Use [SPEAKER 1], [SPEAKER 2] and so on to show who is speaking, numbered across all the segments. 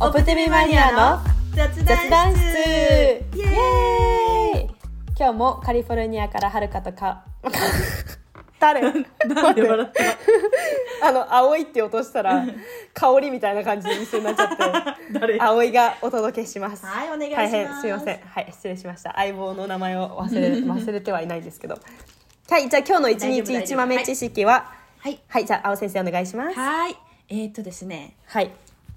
[SPEAKER 1] オプテミマニアの
[SPEAKER 2] 雑
[SPEAKER 1] 雑談室
[SPEAKER 2] イ
[SPEAKER 1] イ
[SPEAKER 2] エ
[SPEAKER 1] エ
[SPEAKER 2] ー
[SPEAKER 1] ー
[SPEAKER 2] イ
[SPEAKER 1] イ今日もカリフォルニアからはるかとか 誰
[SPEAKER 2] なんで笑った
[SPEAKER 1] あの青いって落としたら香りみたいな感じで一緒になっちゃって
[SPEAKER 2] 誰
[SPEAKER 1] 青いがお届けします
[SPEAKER 2] はいお願いします
[SPEAKER 1] 大変すいませんはい失礼しました相棒の名前を忘れ忘れてはいないですけ どはいじゃあ今日の一
[SPEAKER 2] 大
[SPEAKER 1] 日
[SPEAKER 2] 丈夫大丈
[SPEAKER 1] 一
[SPEAKER 2] 夫
[SPEAKER 1] 豆知識は
[SPEAKER 2] はい
[SPEAKER 1] はいじゃあ青先生お願いします
[SPEAKER 2] はいえー、っとですね
[SPEAKER 1] はい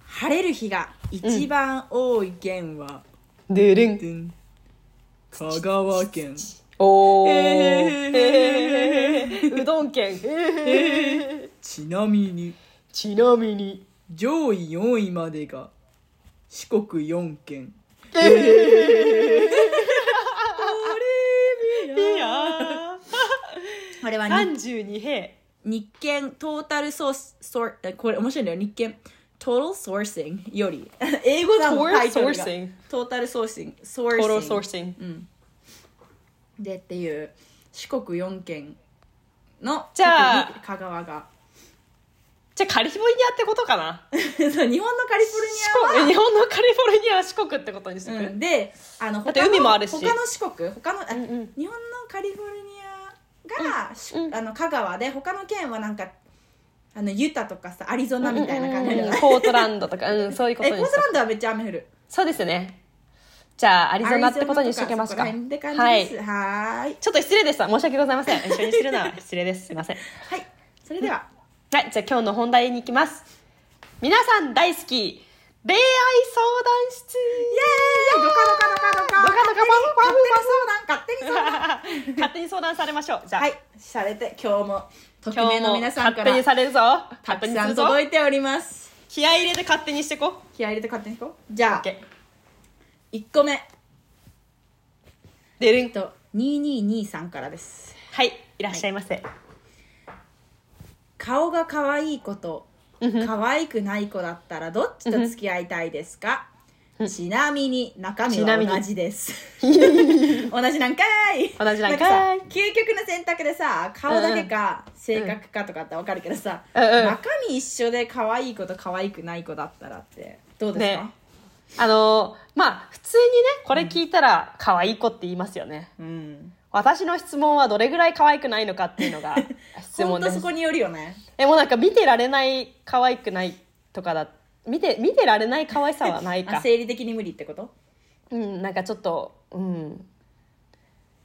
[SPEAKER 2] 晴れる日が一番多い県は、
[SPEAKER 1] ドゥルン
[SPEAKER 2] でん香川県
[SPEAKER 1] おー
[SPEAKER 2] へー
[SPEAKER 1] へーうどん県
[SPEAKER 2] ちなみに
[SPEAKER 1] ちなみに
[SPEAKER 2] 上位4位までが四国4県えー、ボリビアこれは日
[SPEAKER 1] 32平
[SPEAKER 2] 日券トータルソースソーこれ面白いんだよ日券トータルソーシングより英語だもん
[SPEAKER 1] Total
[SPEAKER 2] タイトルが
[SPEAKER 1] sourcing
[SPEAKER 2] トータルソーシングソー
[SPEAKER 1] ト
[SPEAKER 2] シング
[SPEAKER 1] ーロソーシン
[SPEAKER 2] うんでっていう四国4県の
[SPEAKER 1] じゃあ
[SPEAKER 2] 特に香川が
[SPEAKER 1] じゃあカリフォルニアってことかな
[SPEAKER 2] そう日本のカリフォルニア
[SPEAKER 1] 四
[SPEAKER 2] は
[SPEAKER 1] 国日本のカリフォルニアは四国ってことにしてく
[SPEAKER 2] うん、であの
[SPEAKER 1] って
[SPEAKER 2] 他の
[SPEAKER 1] 海もあるし
[SPEAKER 2] 他の四国他の、あ
[SPEAKER 1] うんうん
[SPEAKER 2] 日本のカリフォルニアが、し
[SPEAKER 1] うん
[SPEAKER 2] あの香川で他の県はなんかあのユタとかさアリゾナみたいな感じじゃない、
[SPEAKER 1] ポートランドとか、うん、そういうこと
[SPEAKER 2] え
[SPEAKER 1] に
[SPEAKER 2] コ
[SPEAKER 1] し
[SPEAKER 2] ー
[SPEAKER 1] て
[SPEAKER 2] スランドはめっちゃ雨降る
[SPEAKER 1] そうですねじゃあアリゾナってことにしときますか
[SPEAKER 2] アリゾナとそこら
[SPEAKER 1] は
[SPEAKER 2] 辺っ
[SPEAKER 1] い
[SPEAKER 2] て感じですはーい
[SPEAKER 1] ちょっと失礼でした申し訳ございません一緒にするのは失礼ですすいません
[SPEAKER 2] はいそれでは、
[SPEAKER 1] はい、じゃあ今日の本題に行きます。皆さん大好き、恋愛相談室
[SPEAKER 2] ドカドカドカドカ
[SPEAKER 1] ドカドカ
[SPEAKER 2] 勝手に
[SPEAKER 1] パフパフ
[SPEAKER 2] 勝手に相談
[SPEAKER 1] 勝手に相談
[SPEAKER 2] 勝手に相談
[SPEAKER 1] されましょう。じゃあ、
[SPEAKER 2] はいされて今日も匿
[SPEAKER 1] 今
[SPEAKER 2] 名
[SPEAKER 1] 日
[SPEAKER 2] の
[SPEAKER 1] も
[SPEAKER 2] 皆さんか
[SPEAKER 1] 勝手
[SPEAKER 2] ら
[SPEAKER 1] にされるぞ。
[SPEAKER 2] た
[SPEAKER 1] 勝
[SPEAKER 2] く
[SPEAKER 1] 手に
[SPEAKER 2] さ
[SPEAKER 1] す
[SPEAKER 2] ん
[SPEAKER 1] るぞ。
[SPEAKER 2] 届いております
[SPEAKER 1] 気合い入れて勝手にしてこ。
[SPEAKER 2] 気合い入れて勝手に行こうじゃあ、
[SPEAKER 1] オッケ
[SPEAKER 2] 1個目
[SPEAKER 1] ー。でるん
[SPEAKER 2] えっ。と2223からです
[SPEAKER 1] はい、いらっしゃいませ。
[SPEAKER 2] 顔が可愛い子と
[SPEAKER 1] うんふん
[SPEAKER 2] 可愛くない子だったらどっちと付き合いたいですかちなみに中身
[SPEAKER 1] ちな
[SPEAKER 2] は
[SPEAKER 1] みに
[SPEAKER 2] 同じです 同じなんかい
[SPEAKER 1] 同じなんかい
[SPEAKER 2] さ究極の選択でさ顔だけか性格かとかってわかるけどさ、
[SPEAKER 1] うんうん
[SPEAKER 2] 中身一緒で可愛い子と可愛くない子だったらってどうですか、
[SPEAKER 1] ねあのーまあ、普通にね、これ聞いたら、可愛い子って言いますよね。
[SPEAKER 2] うん
[SPEAKER 1] 私の質問はどれぐらい可愛くないのかっていうのが質
[SPEAKER 2] ほ
[SPEAKER 1] 問
[SPEAKER 2] ん
[SPEAKER 1] で
[SPEAKER 2] と
[SPEAKER 1] す
[SPEAKER 2] そ。こによるよね
[SPEAKER 1] えもうなんか見てられない可愛くないとかだ見て見てられない可愛さはない
[SPEAKER 2] あ
[SPEAKER 1] か
[SPEAKER 2] 生理的に無理ってこと
[SPEAKER 1] うんなんかちょっとうん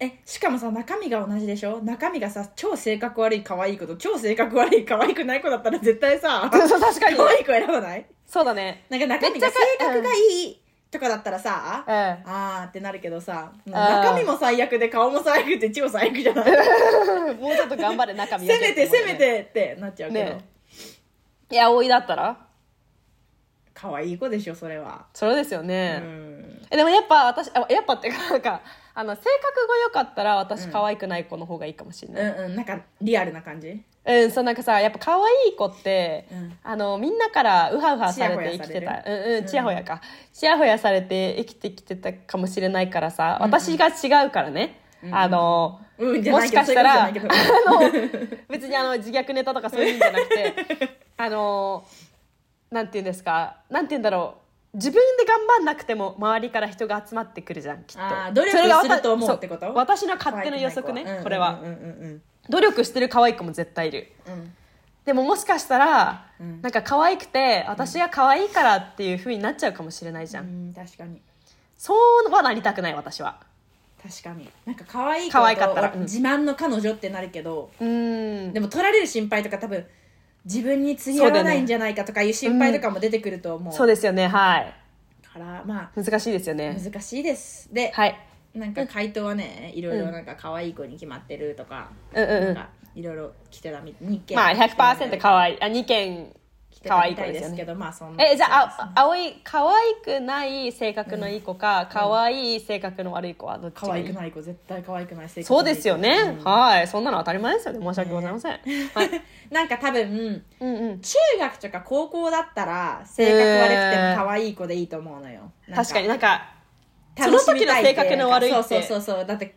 [SPEAKER 2] えしかもさ中身が同じでしょ中身がさ超性格悪い可愛い子と超性格悪い可愛くない子だったら絶対さ
[SPEAKER 1] そう確かに
[SPEAKER 2] 可愛い子選ばない
[SPEAKER 1] そうだね
[SPEAKER 2] なんか中身が性格がいいとかだったらさ、
[SPEAKER 1] うん
[SPEAKER 2] あーってなるけどさ中身も最悪で顔も最悪で超最悪じゃな い
[SPEAKER 1] もうちょっと頑張れ中
[SPEAKER 2] せ
[SPEAKER 1] 身だけ
[SPEAKER 2] め
[SPEAKER 1] って
[SPEAKER 2] て
[SPEAKER 1] 思う
[SPEAKER 2] せ
[SPEAKER 1] よ
[SPEAKER 2] め
[SPEAKER 1] ね
[SPEAKER 2] てってなっちゃうけど、
[SPEAKER 1] ねえ葵だったら
[SPEAKER 2] 可愛い子でしょそれは、
[SPEAKER 1] それですよ
[SPEAKER 2] う
[SPEAKER 1] ね、
[SPEAKER 2] ん、
[SPEAKER 1] えでもやっぱ私あやっぱっていうかなんかあの性格が良かったら私可愛くない子の方がいいかもしれ
[SPEAKER 2] う
[SPEAKER 1] ない、
[SPEAKER 2] んうんなんかリアルな感じ
[SPEAKER 1] うんそうなんかさやっぱ可愛い子って、
[SPEAKER 2] うん
[SPEAKER 1] あのみんなからウハウハされて生きて
[SPEAKER 2] ちやほ
[SPEAKER 1] たうんうんちやほやかちやほやされて生きてきてたかもしれないからさ、私が違うからね、あの、
[SPEAKER 2] うんじゃ
[SPEAKER 1] も
[SPEAKER 2] ない
[SPEAKER 1] し
[SPEAKER 2] けど
[SPEAKER 1] かしたら
[SPEAKER 2] そ
[SPEAKER 1] あ
[SPEAKER 2] ういう
[SPEAKER 1] の
[SPEAKER 2] ことじゃ
[SPEAKER 1] 別にあの自虐ネタとかそういうんじゃなく てあのなんて言うんですかなんて言うんだろう自分で頑張んなくても周りから人が集まってくるじゃんきっと
[SPEAKER 2] あー努力
[SPEAKER 1] それが
[SPEAKER 2] すると思うってこと
[SPEAKER 1] そう私の勝手な予測ね、
[SPEAKER 2] 可愛くない子
[SPEAKER 1] これは、
[SPEAKER 2] うんうんうん
[SPEAKER 1] 努力してる可愛い子も絶対いる
[SPEAKER 2] うんうん
[SPEAKER 1] でももしかしたら、
[SPEAKER 2] うん
[SPEAKER 1] なんか可愛くて私が可愛いからっていう風になっちゃうかもしれないじゃん、
[SPEAKER 2] うん確かに
[SPEAKER 1] そうはなりたくない私は
[SPEAKER 2] 確かになんか可愛い
[SPEAKER 1] 可愛かったらうん
[SPEAKER 2] 自慢の彼女ってなるけど、
[SPEAKER 1] うーん
[SPEAKER 2] でも取られる心配とか多分自分に釣り合わないんじゃないかとかいう心配とかも出てくると思う
[SPEAKER 1] そうですよねはい
[SPEAKER 2] からまあ
[SPEAKER 1] 難しいですよね
[SPEAKER 2] 難しいですで、
[SPEAKER 1] はい
[SPEAKER 2] なんか回答はねいろいろなんか可愛い子に決まってるとか、
[SPEAKER 1] うんうん
[SPEAKER 2] な
[SPEAKER 1] うんん
[SPEAKER 2] かいろいろ来てたみ日記
[SPEAKER 1] まあ100%可
[SPEAKER 2] い
[SPEAKER 1] 愛いあ2件
[SPEAKER 2] 来て
[SPEAKER 1] 可
[SPEAKER 2] た
[SPEAKER 1] 愛い
[SPEAKER 2] み
[SPEAKER 1] 子
[SPEAKER 2] たい
[SPEAKER 1] で
[SPEAKER 2] で
[SPEAKER 1] よ
[SPEAKER 2] すすけ
[SPEAKER 1] ね
[SPEAKER 2] どまあそんな
[SPEAKER 1] えじゃ
[SPEAKER 2] そうです
[SPEAKER 1] ああ葵可愛くない性格のいい子か、可愛い性格の悪い子はどっち
[SPEAKER 2] 可
[SPEAKER 1] がい
[SPEAKER 2] 愛
[SPEAKER 1] い
[SPEAKER 2] くない子絶対可愛くない性格
[SPEAKER 1] そうですよね、
[SPEAKER 2] うん
[SPEAKER 1] はいそんなの当たり前ですよね申し訳ございません、はい、
[SPEAKER 2] なんか多分
[SPEAKER 1] うんうん
[SPEAKER 2] 中学とか高校だったら性格悪くても可愛い子でいいと思うのよ、なん
[SPEAKER 1] 確かになんかその
[SPEAKER 2] 楽しみ
[SPEAKER 1] 時の
[SPEAKER 2] たいって
[SPEAKER 1] 性格の悪いって
[SPEAKER 2] そうそうそうそうだって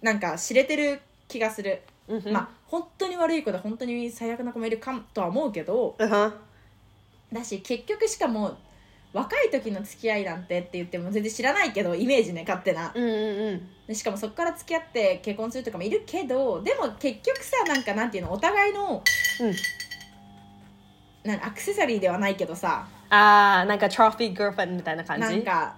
[SPEAKER 2] なんか知れてる気がする、
[SPEAKER 1] うんうん
[SPEAKER 2] まあ本当に悪い子で本当に最悪な子もいるかもとは思うけど
[SPEAKER 1] うん
[SPEAKER 2] だし結局しかも若い時の付き合いなんてって言っても全然知らないけどイメージね勝手な
[SPEAKER 1] うんうん
[SPEAKER 2] でしかもそこから付き合って結婚するとかもいるけどでも結局さなんかなんていうのお互いの
[SPEAKER 1] うんうん
[SPEAKER 2] なんアクセサリーではないけどさ
[SPEAKER 1] ああなんか trophy girlfriend みたいな感じ
[SPEAKER 2] なんか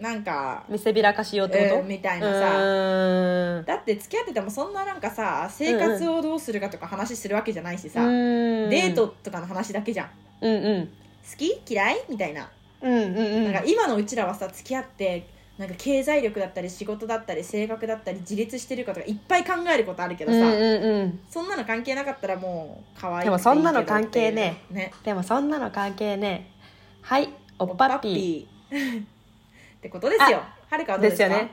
[SPEAKER 2] なんか、
[SPEAKER 1] 見せびらかしようってこと、
[SPEAKER 2] うんみたいなさ
[SPEAKER 1] うーん
[SPEAKER 2] だって付き合っててもそんななんかさ生活をどうするかとか話するわけじゃないしさ、
[SPEAKER 1] うーん
[SPEAKER 2] デートとかの話だけじゃん好
[SPEAKER 1] うんうん
[SPEAKER 2] き嫌いみたいな,、
[SPEAKER 1] うんうんうん
[SPEAKER 2] なんか今のうちらはさ付き合ってなんか経済力だったり仕事だったり性格だったり自立してるかとかいっぱい考えることあるけど
[SPEAKER 1] う
[SPEAKER 2] さ、
[SPEAKER 1] んうんうん
[SPEAKER 2] そんなの関係なかったらもう可愛い
[SPEAKER 1] でもそんなの関係ね
[SPEAKER 2] ね
[SPEAKER 1] でもそんなの関係ねはいおっぱっぴ
[SPEAKER 2] おっぱっぴー ってことですよはるかは
[SPEAKER 1] ー
[SPEAKER 2] ど
[SPEAKER 1] で
[SPEAKER 2] うですすか
[SPEAKER 1] よね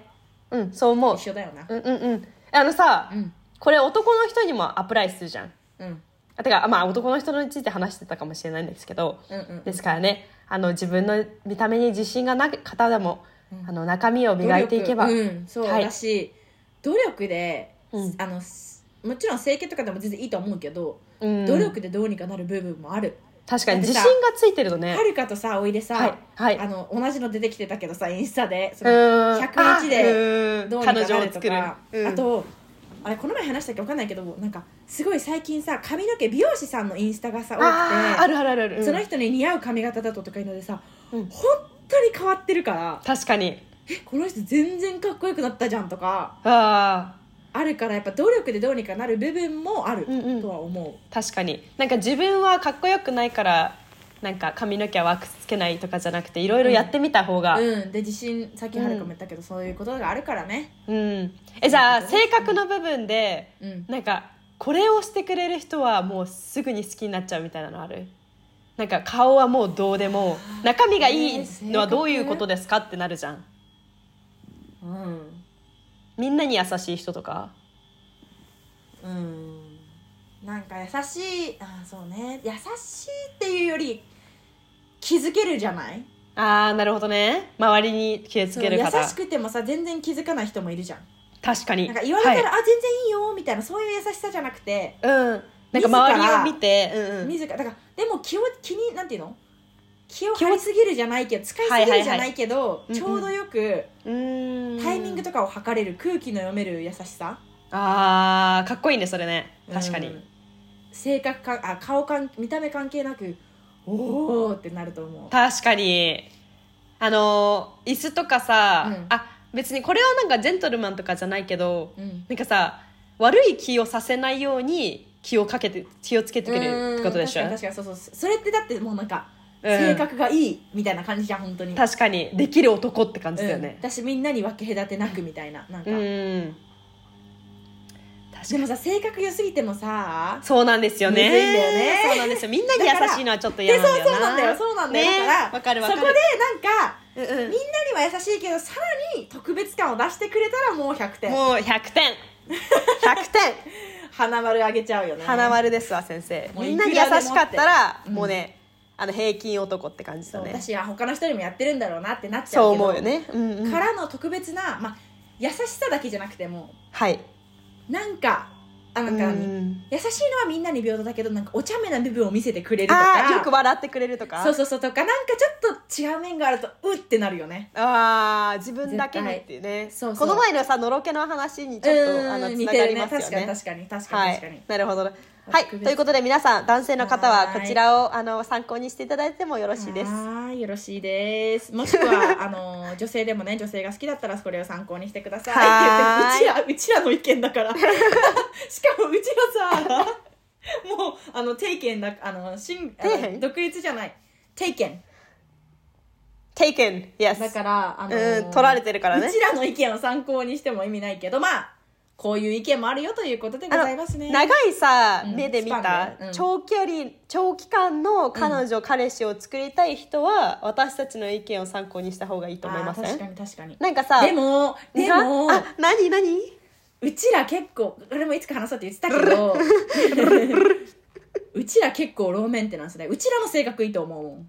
[SPEAKER 1] うんそう思う
[SPEAKER 2] 一緒だよな
[SPEAKER 1] うんうんうんあのさ
[SPEAKER 2] うん
[SPEAKER 1] これ男の人にもアプライするじゃん
[SPEAKER 2] うん
[SPEAKER 1] あてかまあ男の人について話してたかもしれないんですけど
[SPEAKER 2] うんうん
[SPEAKER 1] ですからねあの自分の見た目に自信がなく方でも
[SPEAKER 2] うん
[SPEAKER 1] あの中身を磨いていけば、
[SPEAKER 2] 努力うん、そう、
[SPEAKER 1] はい
[SPEAKER 2] だし努力で、
[SPEAKER 1] うん
[SPEAKER 2] あのすもちろん整形とかでも全然いいと思うけど、
[SPEAKER 1] うん
[SPEAKER 2] 努力でどうにかなる部分もある
[SPEAKER 1] 確かに自信がついてるとね
[SPEAKER 2] はるかとさおいでさ、
[SPEAKER 1] はいはい
[SPEAKER 2] あの同じの出てきてたけどさインスタでその
[SPEAKER 1] 100
[SPEAKER 2] 100日でどうにかな
[SPEAKER 1] 彼女を
[SPEAKER 2] ると
[SPEAKER 1] 作る
[SPEAKER 2] か
[SPEAKER 1] うん
[SPEAKER 2] あとあれこの前話したっけわかんないけどなんかすごい最近さ髪の毛美容師さんのインスタがさ多くて
[SPEAKER 1] あーあるあるあるある、うん
[SPEAKER 2] その人に似合う髪型だととかいうのでさ、
[SPEAKER 1] うん
[SPEAKER 2] 本当に変わってるから
[SPEAKER 1] 確かに
[SPEAKER 2] えこの人全然かっこよくなったじゃんとか
[SPEAKER 1] あ
[SPEAKER 2] あるからやっぱ努力でどうにかなる部分もある
[SPEAKER 1] うんうん
[SPEAKER 2] とは思う、
[SPEAKER 1] ー確かになんか自分はかっこよくないからなんか髪の毛はワックスつけないとかじゃなくていろいろやってみた方がうん、
[SPEAKER 2] うん、で自信さっきはるかも言ったけど、そういうことがあるからね
[SPEAKER 1] えじゃあ
[SPEAKER 2] そうい
[SPEAKER 1] 性
[SPEAKER 2] うこと
[SPEAKER 1] 格の部分で
[SPEAKER 2] うん
[SPEAKER 1] なんかこれをしてくれる人はもうすぐに好きになっちゃうみたいなのあるなんか顔はもうどうでも中身がいいのはどういうことですかってなるじゃん
[SPEAKER 2] うん、
[SPEAKER 1] みんなに優しい人とか
[SPEAKER 2] うん、なんか優しいあーそうね優しいっていうより気づけるじゃない
[SPEAKER 1] ああなるほどね周りに気をつ
[SPEAKER 2] そう
[SPEAKER 1] ける方
[SPEAKER 2] 優しくてもさ全然気づかない人もいるじゃん
[SPEAKER 1] 確かに
[SPEAKER 2] なんか言われたら、
[SPEAKER 1] はい
[SPEAKER 2] あ全然いいよみたいなそういう優しさじゃなくて、
[SPEAKER 1] うんなんか周りを見て、うんうん、
[SPEAKER 2] 自らだからでも気を気になんていうの気を張りすぎるじゃないけど使い
[SPEAKER 1] はいはい
[SPEAKER 2] すぎ
[SPEAKER 1] はい
[SPEAKER 2] るじゃないけど、
[SPEAKER 1] うんうん
[SPEAKER 2] ちょうどよくタ
[SPEAKER 1] タ
[SPEAKER 2] イミングとかを測れる空気の読める優しさ
[SPEAKER 1] あーかっこいいねそれね確かに、
[SPEAKER 2] うん性格かあ顔か見た目関係なくおおってなると思う
[SPEAKER 1] 確かにあのー椅子とかさ、
[SPEAKER 2] うん
[SPEAKER 1] あ別にこれはなんかジェントルマンとかじゃないけど
[SPEAKER 2] うん
[SPEAKER 1] なんかさ悪い気をさせないように気をかけて気をつけてくれるってことでしょ
[SPEAKER 2] うん確かに確かにそうそうそれってだってもうなんか、
[SPEAKER 1] うん
[SPEAKER 2] 性格がいいみたいな感じじゃん本当に
[SPEAKER 1] 確かにできる男って感じだよ
[SPEAKER 2] うん
[SPEAKER 1] ね
[SPEAKER 2] 私みんなに分け隔てなくみたいななんか、
[SPEAKER 1] うん、
[SPEAKER 2] で
[SPEAKER 1] 確か
[SPEAKER 2] も
[SPEAKER 1] に
[SPEAKER 2] さ性格良すぎてもさ
[SPEAKER 1] そうなんですよね
[SPEAKER 2] むずいんだよね
[SPEAKER 1] そうなんですよみんなに優しいのはちょっと嫌な
[SPEAKER 2] で
[SPEAKER 1] んだ
[SPEAKER 2] そう
[SPEAKER 1] よ
[SPEAKER 2] そ
[SPEAKER 1] な
[SPEAKER 2] うなんだよそうなんだよ、
[SPEAKER 1] ね
[SPEAKER 2] だから
[SPEAKER 1] わかるわかる
[SPEAKER 2] そこでなんか
[SPEAKER 1] うんうん
[SPEAKER 2] みんなには優しいけどさらに特別感を出してくれたらもう100点
[SPEAKER 1] もう100点 100点
[SPEAKER 2] 花丸あげちゃうよね
[SPEAKER 1] 花丸ですわ先生
[SPEAKER 2] もう
[SPEAKER 1] み
[SPEAKER 2] い
[SPEAKER 1] ん
[SPEAKER 2] く
[SPEAKER 1] な
[SPEAKER 2] ら
[SPEAKER 1] に
[SPEAKER 2] で
[SPEAKER 1] 優
[SPEAKER 2] も
[SPEAKER 1] しかったら
[SPEAKER 2] ってうん
[SPEAKER 1] もうねあの平均男って感じだ
[SPEAKER 2] そう
[SPEAKER 1] ね
[SPEAKER 2] 私は他の人にもやってるんだろうなってなっちゃ
[SPEAKER 1] そ
[SPEAKER 2] うけど
[SPEAKER 1] う思うよねうんうん
[SPEAKER 2] からの特別な、まあ、優しさだけじゃなくても
[SPEAKER 1] はい
[SPEAKER 2] なんかあなんか
[SPEAKER 1] う
[SPEAKER 2] 何、
[SPEAKER 1] ん
[SPEAKER 2] 優しいのはみんなに平等だけどなんかお茶目な部分を見せてくれると
[SPEAKER 1] あ
[SPEAKER 2] か
[SPEAKER 1] ーよく笑ってくれるとか
[SPEAKER 2] そうそうそうとかなんかちょっと違う面があるとうってなるよね
[SPEAKER 1] あー自分だけにっていうね
[SPEAKER 2] 絶対そうそう
[SPEAKER 1] この前のさのろけの話にちょっ
[SPEAKER 2] う
[SPEAKER 1] と
[SPEAKER 2] ん
[SPEAKER 1] あのつ
[SPEAKER 2] 似
[SPEAKER 1] な
[SPEAKER 2] て
[SPEAKER 1] が
[SPEAKER 2] る
[SPEAKER 1] り
[SPEAKER 2] ね
[SPEAKER 1] ますよ
[SPEAKER 2] 確かに
[SPEAKER 1] ね
[SPEAKER 2] 確かに確か
[SPEAKER 1] は
[SPEAKER 2] に確かに
[SPEAKER 1] い、なるほどはい
[SPEAKER 2] 特別
[SPEAKER 1] ということで皆さん男性の方はこちらをあの参考にしていただいてもよろしいです
[SPEAKER 2] はーいよろしいですもしくはあの女性でもね女性が好きだったらこれを参考にしてください
[SPEAKER 1] はーい
[SPEAKER 2] って言ってもうちらうちらの意見だから しかもうちらさもうあの定見だあのしんあ
[SPEAKER 1] 底辺
[SPEAKER 2] の独立じゃない定見
[SPEAKER 1] Taken
[SPEAKER 2] だ
[SPEAKER 1] yes
[SPEAKER 2] からあの
[SPEAKER 1] うん取られてるからね
[SPEAKER 2] うちらの意見を参考にしても意味ないけどまあこういう意見もあるよということでございますね
[SPEAKER 1] 長いさ
[SPEAKER 2] うん
[SPEAKER 1] 目で見
[SPEAKER 2] スパ
[SPEAKER 1] た
[SPEAKER 2] ン、でうん
[SPEAKER 1] 長距離長期間の彼女、彼氏を作りたい人は私たちの意見を参考にした方がいいと思いませ
[SPEAKER 2] あー確か
[SPEAKER 1] ん
[SPEAKER 2] に確かに
[SPEAKER 1] なんかさ
[SPEAKER 2] でもでも
[SPEAKER 1] なあ何何
[SPEAKER 2] うちら結構俺もいつか話そうって言ってたけ どうちら結構ローメンテナンスでうちらも性格いいと思うもん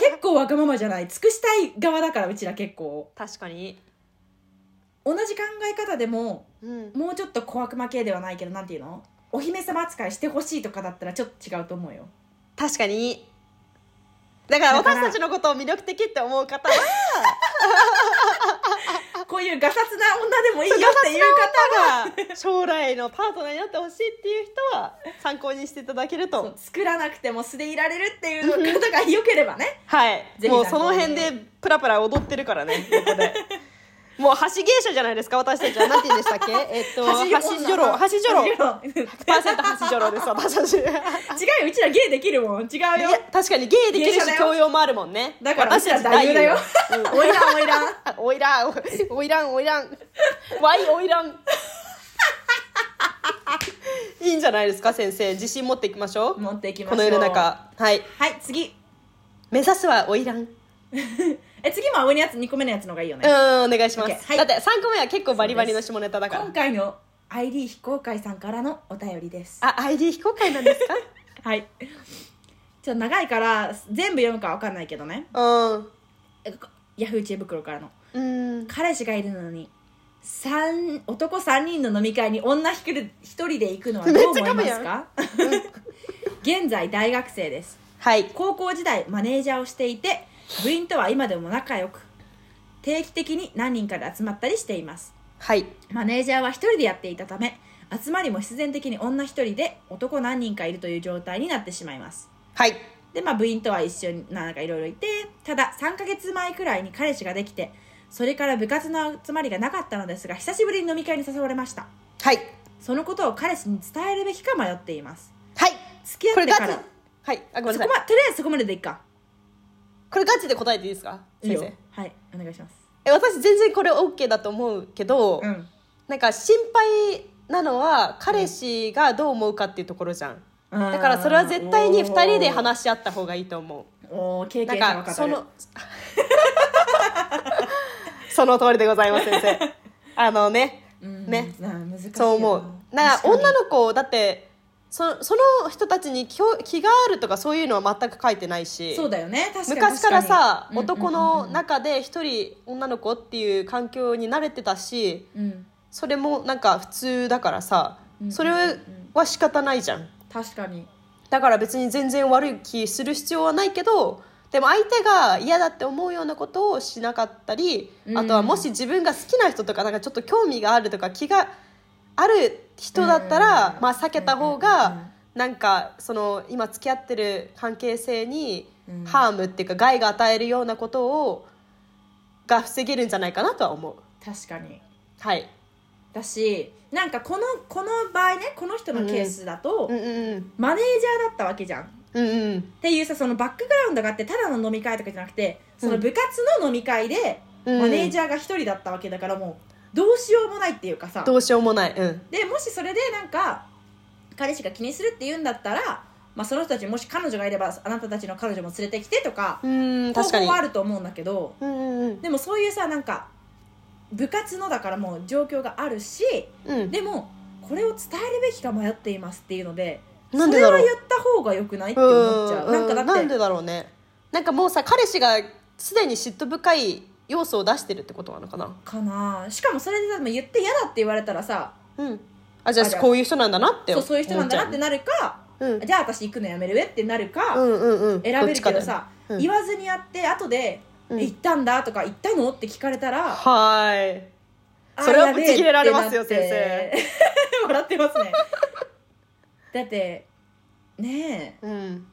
[SPEAKER 2] 結構わがままじゃない尽くしたい側だからうちら結構
[SPEAKER 1] 確かに、
[SPEAKER 2] 同じ考え方でも
[SPEAKER 1] うん、
[SPEAKER 2] もうちょっと小悪魔系ではないけどなんていうのお姫様扱いしてほしいとかだったらちょっと違うと思うよ
[SPEAKER 1] 確かにだから
[SPEAKER 2] だから
[SPEAKER 1] 私たちのことを魅力的って思う 方は
[SPEAKER 2] こういうガサツな女でもいいよっていう方が
[SPEAKER 1] 方が 将来のパートナーになってほしいっていう人は参考にしていただける
[SPEAKER 2] そう
[SPEAKER 1] と
[SPEAKER 2] 作らなくても素でいられるっていう方が良ければね
[SPEAKER 1] はい
[SPEAKER 2] ぜひ参
[SPEAKER 1] も
[SPEAKER 2] 考に
[SPEAKER 1] うその辺でプラプラ踊ってるから ねここでもう橋芸者じゃないですか私たちは何て言うんでしたっ けえっと橋
[SPEAKER 2] 女
[SPEAKER 1] ジョロ橋ジョロ
[SPEAKER 2] 橋ジョロ
[SPEAKER 1] 100%橋ジョロ です私たちいや
[SPEAKER 2] 違うようちら芸できるもん違うよ
[SPEAKER 1] 確かに芸できる
[SPEAKER 2] 芸者だ
[SPEAKER 1] し
[SPEAKER 2] よ
[SPEAKER 1] 教養もあるもんね
[SPEAKER 2] だから
[SPEAKER 1] 私たち
[SPEAKER 2] 男優だよ
[SPEAKER 1] 男優
[SPEAKER 2] おいらんおいらん
[SPEAKER 1] あ おいらおおいらんおいらんわいおい らんいいんじゃないですか先生自信持っていきましょう
[SPEAKER 2] 持っていきまし
[SPEAKER 1] こ
[SPEAKER 2] ょう
[SPEAKER 1] の世の中はい
[SPEAKER 2] はい次
[SPEAKER 1] 目指すはおいらんうん
[SPEAKER 2] え次も上のやつ2個目のやつの方がいいよね
[SPEAKER 1] お願いします、
[SPEAKER 2] OK はい
[SPEAKER 1] だって3個目は結構バリバリの下ネタだから
[SPEAKER 2] 今回の ID 非公開さんからのお便りです
[SPEAKER 1] あ ID 非公開なんですか
[SPEAKER 2] はいちょっと長いから全部読むかわかんないけどね
[SPEAKER 1] うん
[SPEAKER 2] ヤフー知恵袋からの
[SPEAKER 1] うん
[SPEAKER 2] 彼氏がいるのに三男3人の飲み会に女一人一人で行くのはどう思いま
[SPEAKER 1] めっちゃ
[SPEAKER 2] す
[SPEAKER 1] 噛む
[SPEAKER 2] か 現在大学生です
[SPEAKER 1] はい
[SPEAKER 2] 高校時代マネージャーをしていて部員とは今でも仲良く定期的に何人かで集まったりしています
[SPEAKER 1] はい
[SPEAKER 2] マネージャーは一人でやっていたため集まりも必然的に女一人で男何人かいるという状態になってしまいます
[SPEAKER 1] はい
[SPEAKER 2] でまあ部員とは一緒になんかいろいろいてただ3ヶ月前くらいに彼氏ができてそれから部活の集まりがなかったのですが久しぶりに飲み会に誘われました
[SPEAKER 1] はい
[SPEAKER 2] そのことを彼氏に伝えるべきか迷っています
[SPEAKER 1] はい
[SPEAKER 2] 付き
[SPEAKER 1] こ
[SPEAKER 2] 合っ
[SPEAKER 1] れ
[SPEAKER 2] て
[SPEAKER 1] ガチ
[SPEAKER 2] から
[SPEAKER 1] はいあごめん
[SPEAKER 2] そ
[SPEAKER 1] な
[SPEAKER 2] こ、
[SPEAKER 1] さい
[SPEAKER 2] ま、とりあえずそこまででいいか
[SPEAKER 1] これガチで答えていいですか先生
[SPEAKER 2] 先生はいお願いします
[SPEAKER 1] え私全然これ OK だと思うけど、
[SPEAKER 2] うん
[SPEAKER 1] なんか心配なのは彼氏がどう思うかっていうところじゃん、だ
[SPEAKER 2] だ
[SPEAKER 1] からそれは絶対に2人で
[SPEAKER 2] し
[SPEAKER 1] 話し合った方がいいと思
[SPEAKER 2] おー経
[SPEAKER 1] うな
[SPEAKER 2] 験
[SPEAKER 1] ん
[SPEAKER 2] 者の
[SPEAKER 1] か
[SPEAKER 2] 方
[SPEAKER 1] その その通りでございます先生あのねね
[SPEAKER 2] 難しい
[SPEAKER 1] そう思うなんか女
[SPEAKER 2] の
[SPEAKER 1] の子だってそその人たちに気を気があるとかそういうのは全く書いてないし
[SPEAKER 2] そうだよね確かに
[SPEAKER 1] 昔からさ
[SPEAKER 2] 確かに
[SPEAKER 1] 男の中で一人女の子っていう環境に慣れてたし
[SPEAKER 2] うんうんうんうん
[SPEAKER 1] それもなんか普通だからさ
[SPEAKER 2] うん
[SPEAKER 1] それは仕方ないじゃん
[SPEAKER 2] 確かに
[SPEAKER 1] だから別に全然悪い気する必要はないけどでも相手が嫌だって思うようなことをしなかったり
[SPEAKER 2] うん
[SPEAKER 1] あとはもし自分が好きな人とかなんかちょっと興味があるとか気がある人だった
[SPEAKER 2] うん
[SPEAKER 1] らまあ避けた方
[SPEAKER 2] うんうんうん
[SPEAKER 1] がなんかその今付き合ってる関係性に
[SPEAKER 2] うん
[SPEAKER 1] ハームっていうか害が与えるようなことをが防げるんじゃないかなとは思う。
[SPEAKER 2] 確かに
[SPEAKER 1] はい、
[SPEAKER 2] だしなんかこのこの場合ねこの人のケースだと、
[SPEAKER 1] うんうん
[SPEAKER 2] マネージャーだったわけじゃんっ
[SPEAKER 1] うんうんうん
[SPEAKER 2] ていうさそのバックグラウンドがあってただの飲み会とかじゃなくてその部活の飲み会で、
[SPEAKER 1] うん
[SPEAKER 2] マネージャーが一人だったわけだからもうどうしようもないっていうかさ
[SPEAKER 1] どうしようもない、うん、
[SPEAKER 2] でもしそれでなんか彼氏が気にするって言うんだったら、まあ、その人たちもし彼女がいればあなたたちの彼女も連れてきてとか
[SPEAKER 1] うん
[SPEAKER 2] 方
[SPEAKER 1] 確か
[SPEAKER 2] 法
[SPEAKER 1] に
[SPEAKER 2] はあると思うんだけど
[SPEAKER 1] うんうんうん
[SPEAKER 2] でもそういうさなんか部活のだからもう状況があるし
[SPEAKER 1] うん
[SPEAKER 2] でもこれを伝えるべきか迷っていますっていうので
[SPEAKER 1] なんでだろう
[SPEAKER 2] それは言った方がよくないって思っちゃう
[SPEAKER 1] う
[SPEAKER 2] なんかだ
[SPEAKER 1] な
[SPEAKER 2] っ
[SPEAKER 1] んで
[SPEAKER 2] て
[SPEAKER 1] だろうねなんかもうさ彼氏がすでに嫉妬深い要素を出してるってことなのかな
[SPEAKER 2] かなしかもそれででも言って嫌だって言われたらさ
[SPEAKER 1] うんあじゃ
[SPEAKER 2] あじゃ
[SPEAKER 1] あ
[SPEAKER 2] あ
[SPEAKER 1] こういう人なんだなって
[SPEAKER 2] そうそういう人なんだなって
[SPEAKER 1] な
[SPEAKER 2] なるか
[SPEAKER 1] うん
[SPEAKER 2] じゃあ私行くのやめる上ってなるか、
[SPEAKER 1] うんうんうん
[SPEAKER 2] 選べるけ
[SPEAKER 1] っ
[SPEAKER 2] ど
[SPEAKER 1] ちかだよ
[SPEAKER 2] さ、
[SPEAKER 1] うん
[SPEAKER 2] 言わずにやって後で「
[SPEAKER 1] うん
[SPEAKER 2] え行ったんだ」とか「行ったの?」って聞かれたら
[SPEAKER 1] はーいそれはブチ切れられますよ
[SPEAKER 2] あーやべえってなって 笑ってますねだってねえ
[SPEAKER 1] うん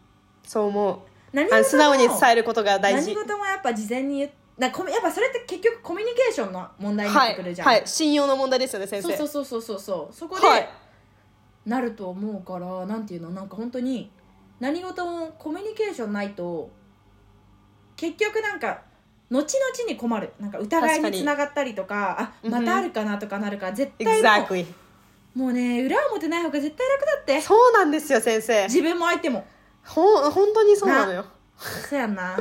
[SPEAKER 1] そう思
[SPEAKER 2] 何
[SPEAKER 1] うあの素直に伝
[SPEAKER 2] え
[SPEAKER 1] えることが大
[SPEAKER 2] 何
[SPEAKER 1] 事
[SPEAKER 2] 事もやっぱ事前に言っなこやっぱそれって結局コミュニケーションの問題になっ
[SPEAKER 1] は
[SPEAKER 2] てくる
[SPEAKER 1] い、
[SPEAKER 2] じゃん、
[SPEAKER 1] はい、信用の問題ですよね先
[SPEAKER 2] そう
[SPEAKER 1] 生
[SPEAKER 2] そうそうそうそうそうそこ
[SPEAKER 1] はい
[SPEAKER 2] でなると思うからなんていうのなんか本当に何事もコミュニケーションないと結局なんか後々に困るなんか疑いにつながったりとか
[SPEAKER 1] 確か
[SPEAKER 2] あ
[SPEAKER 1] に
[SPEAKER 2] またあるかなとかなるから絶対も
[SPEAKER 1] Exactly
[SPEAKER 2] うもうね裏表ない方が絶対楽だって
[SPEAKER 1] そうなんですよ先生
[SPEAKER 2] 自分も相手も
[SPEAKER 1] ほん本当にそうなのよ
[SPEAKER 2] そうや んな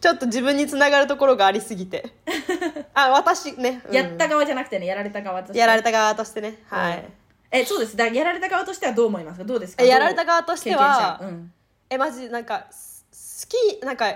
[SPEAKER 1] ちょっと自分につながるところがありすぎて あ私ね、うん
[SPEAKER 2] やった側じゃなくてねやられた側として
[SPEAKER 1] やられた側としてねはい、
[SPEAKER 2] えそうですだやられた側としてはどう思いますかどうですか
[SPEAKER 1] えやられた
[SPEAKER 2] 側
[SPEAKER 1] 側としては、
[SPEAKER 2] うん、
[SPEAKER 1] えマジなんかす好きなんか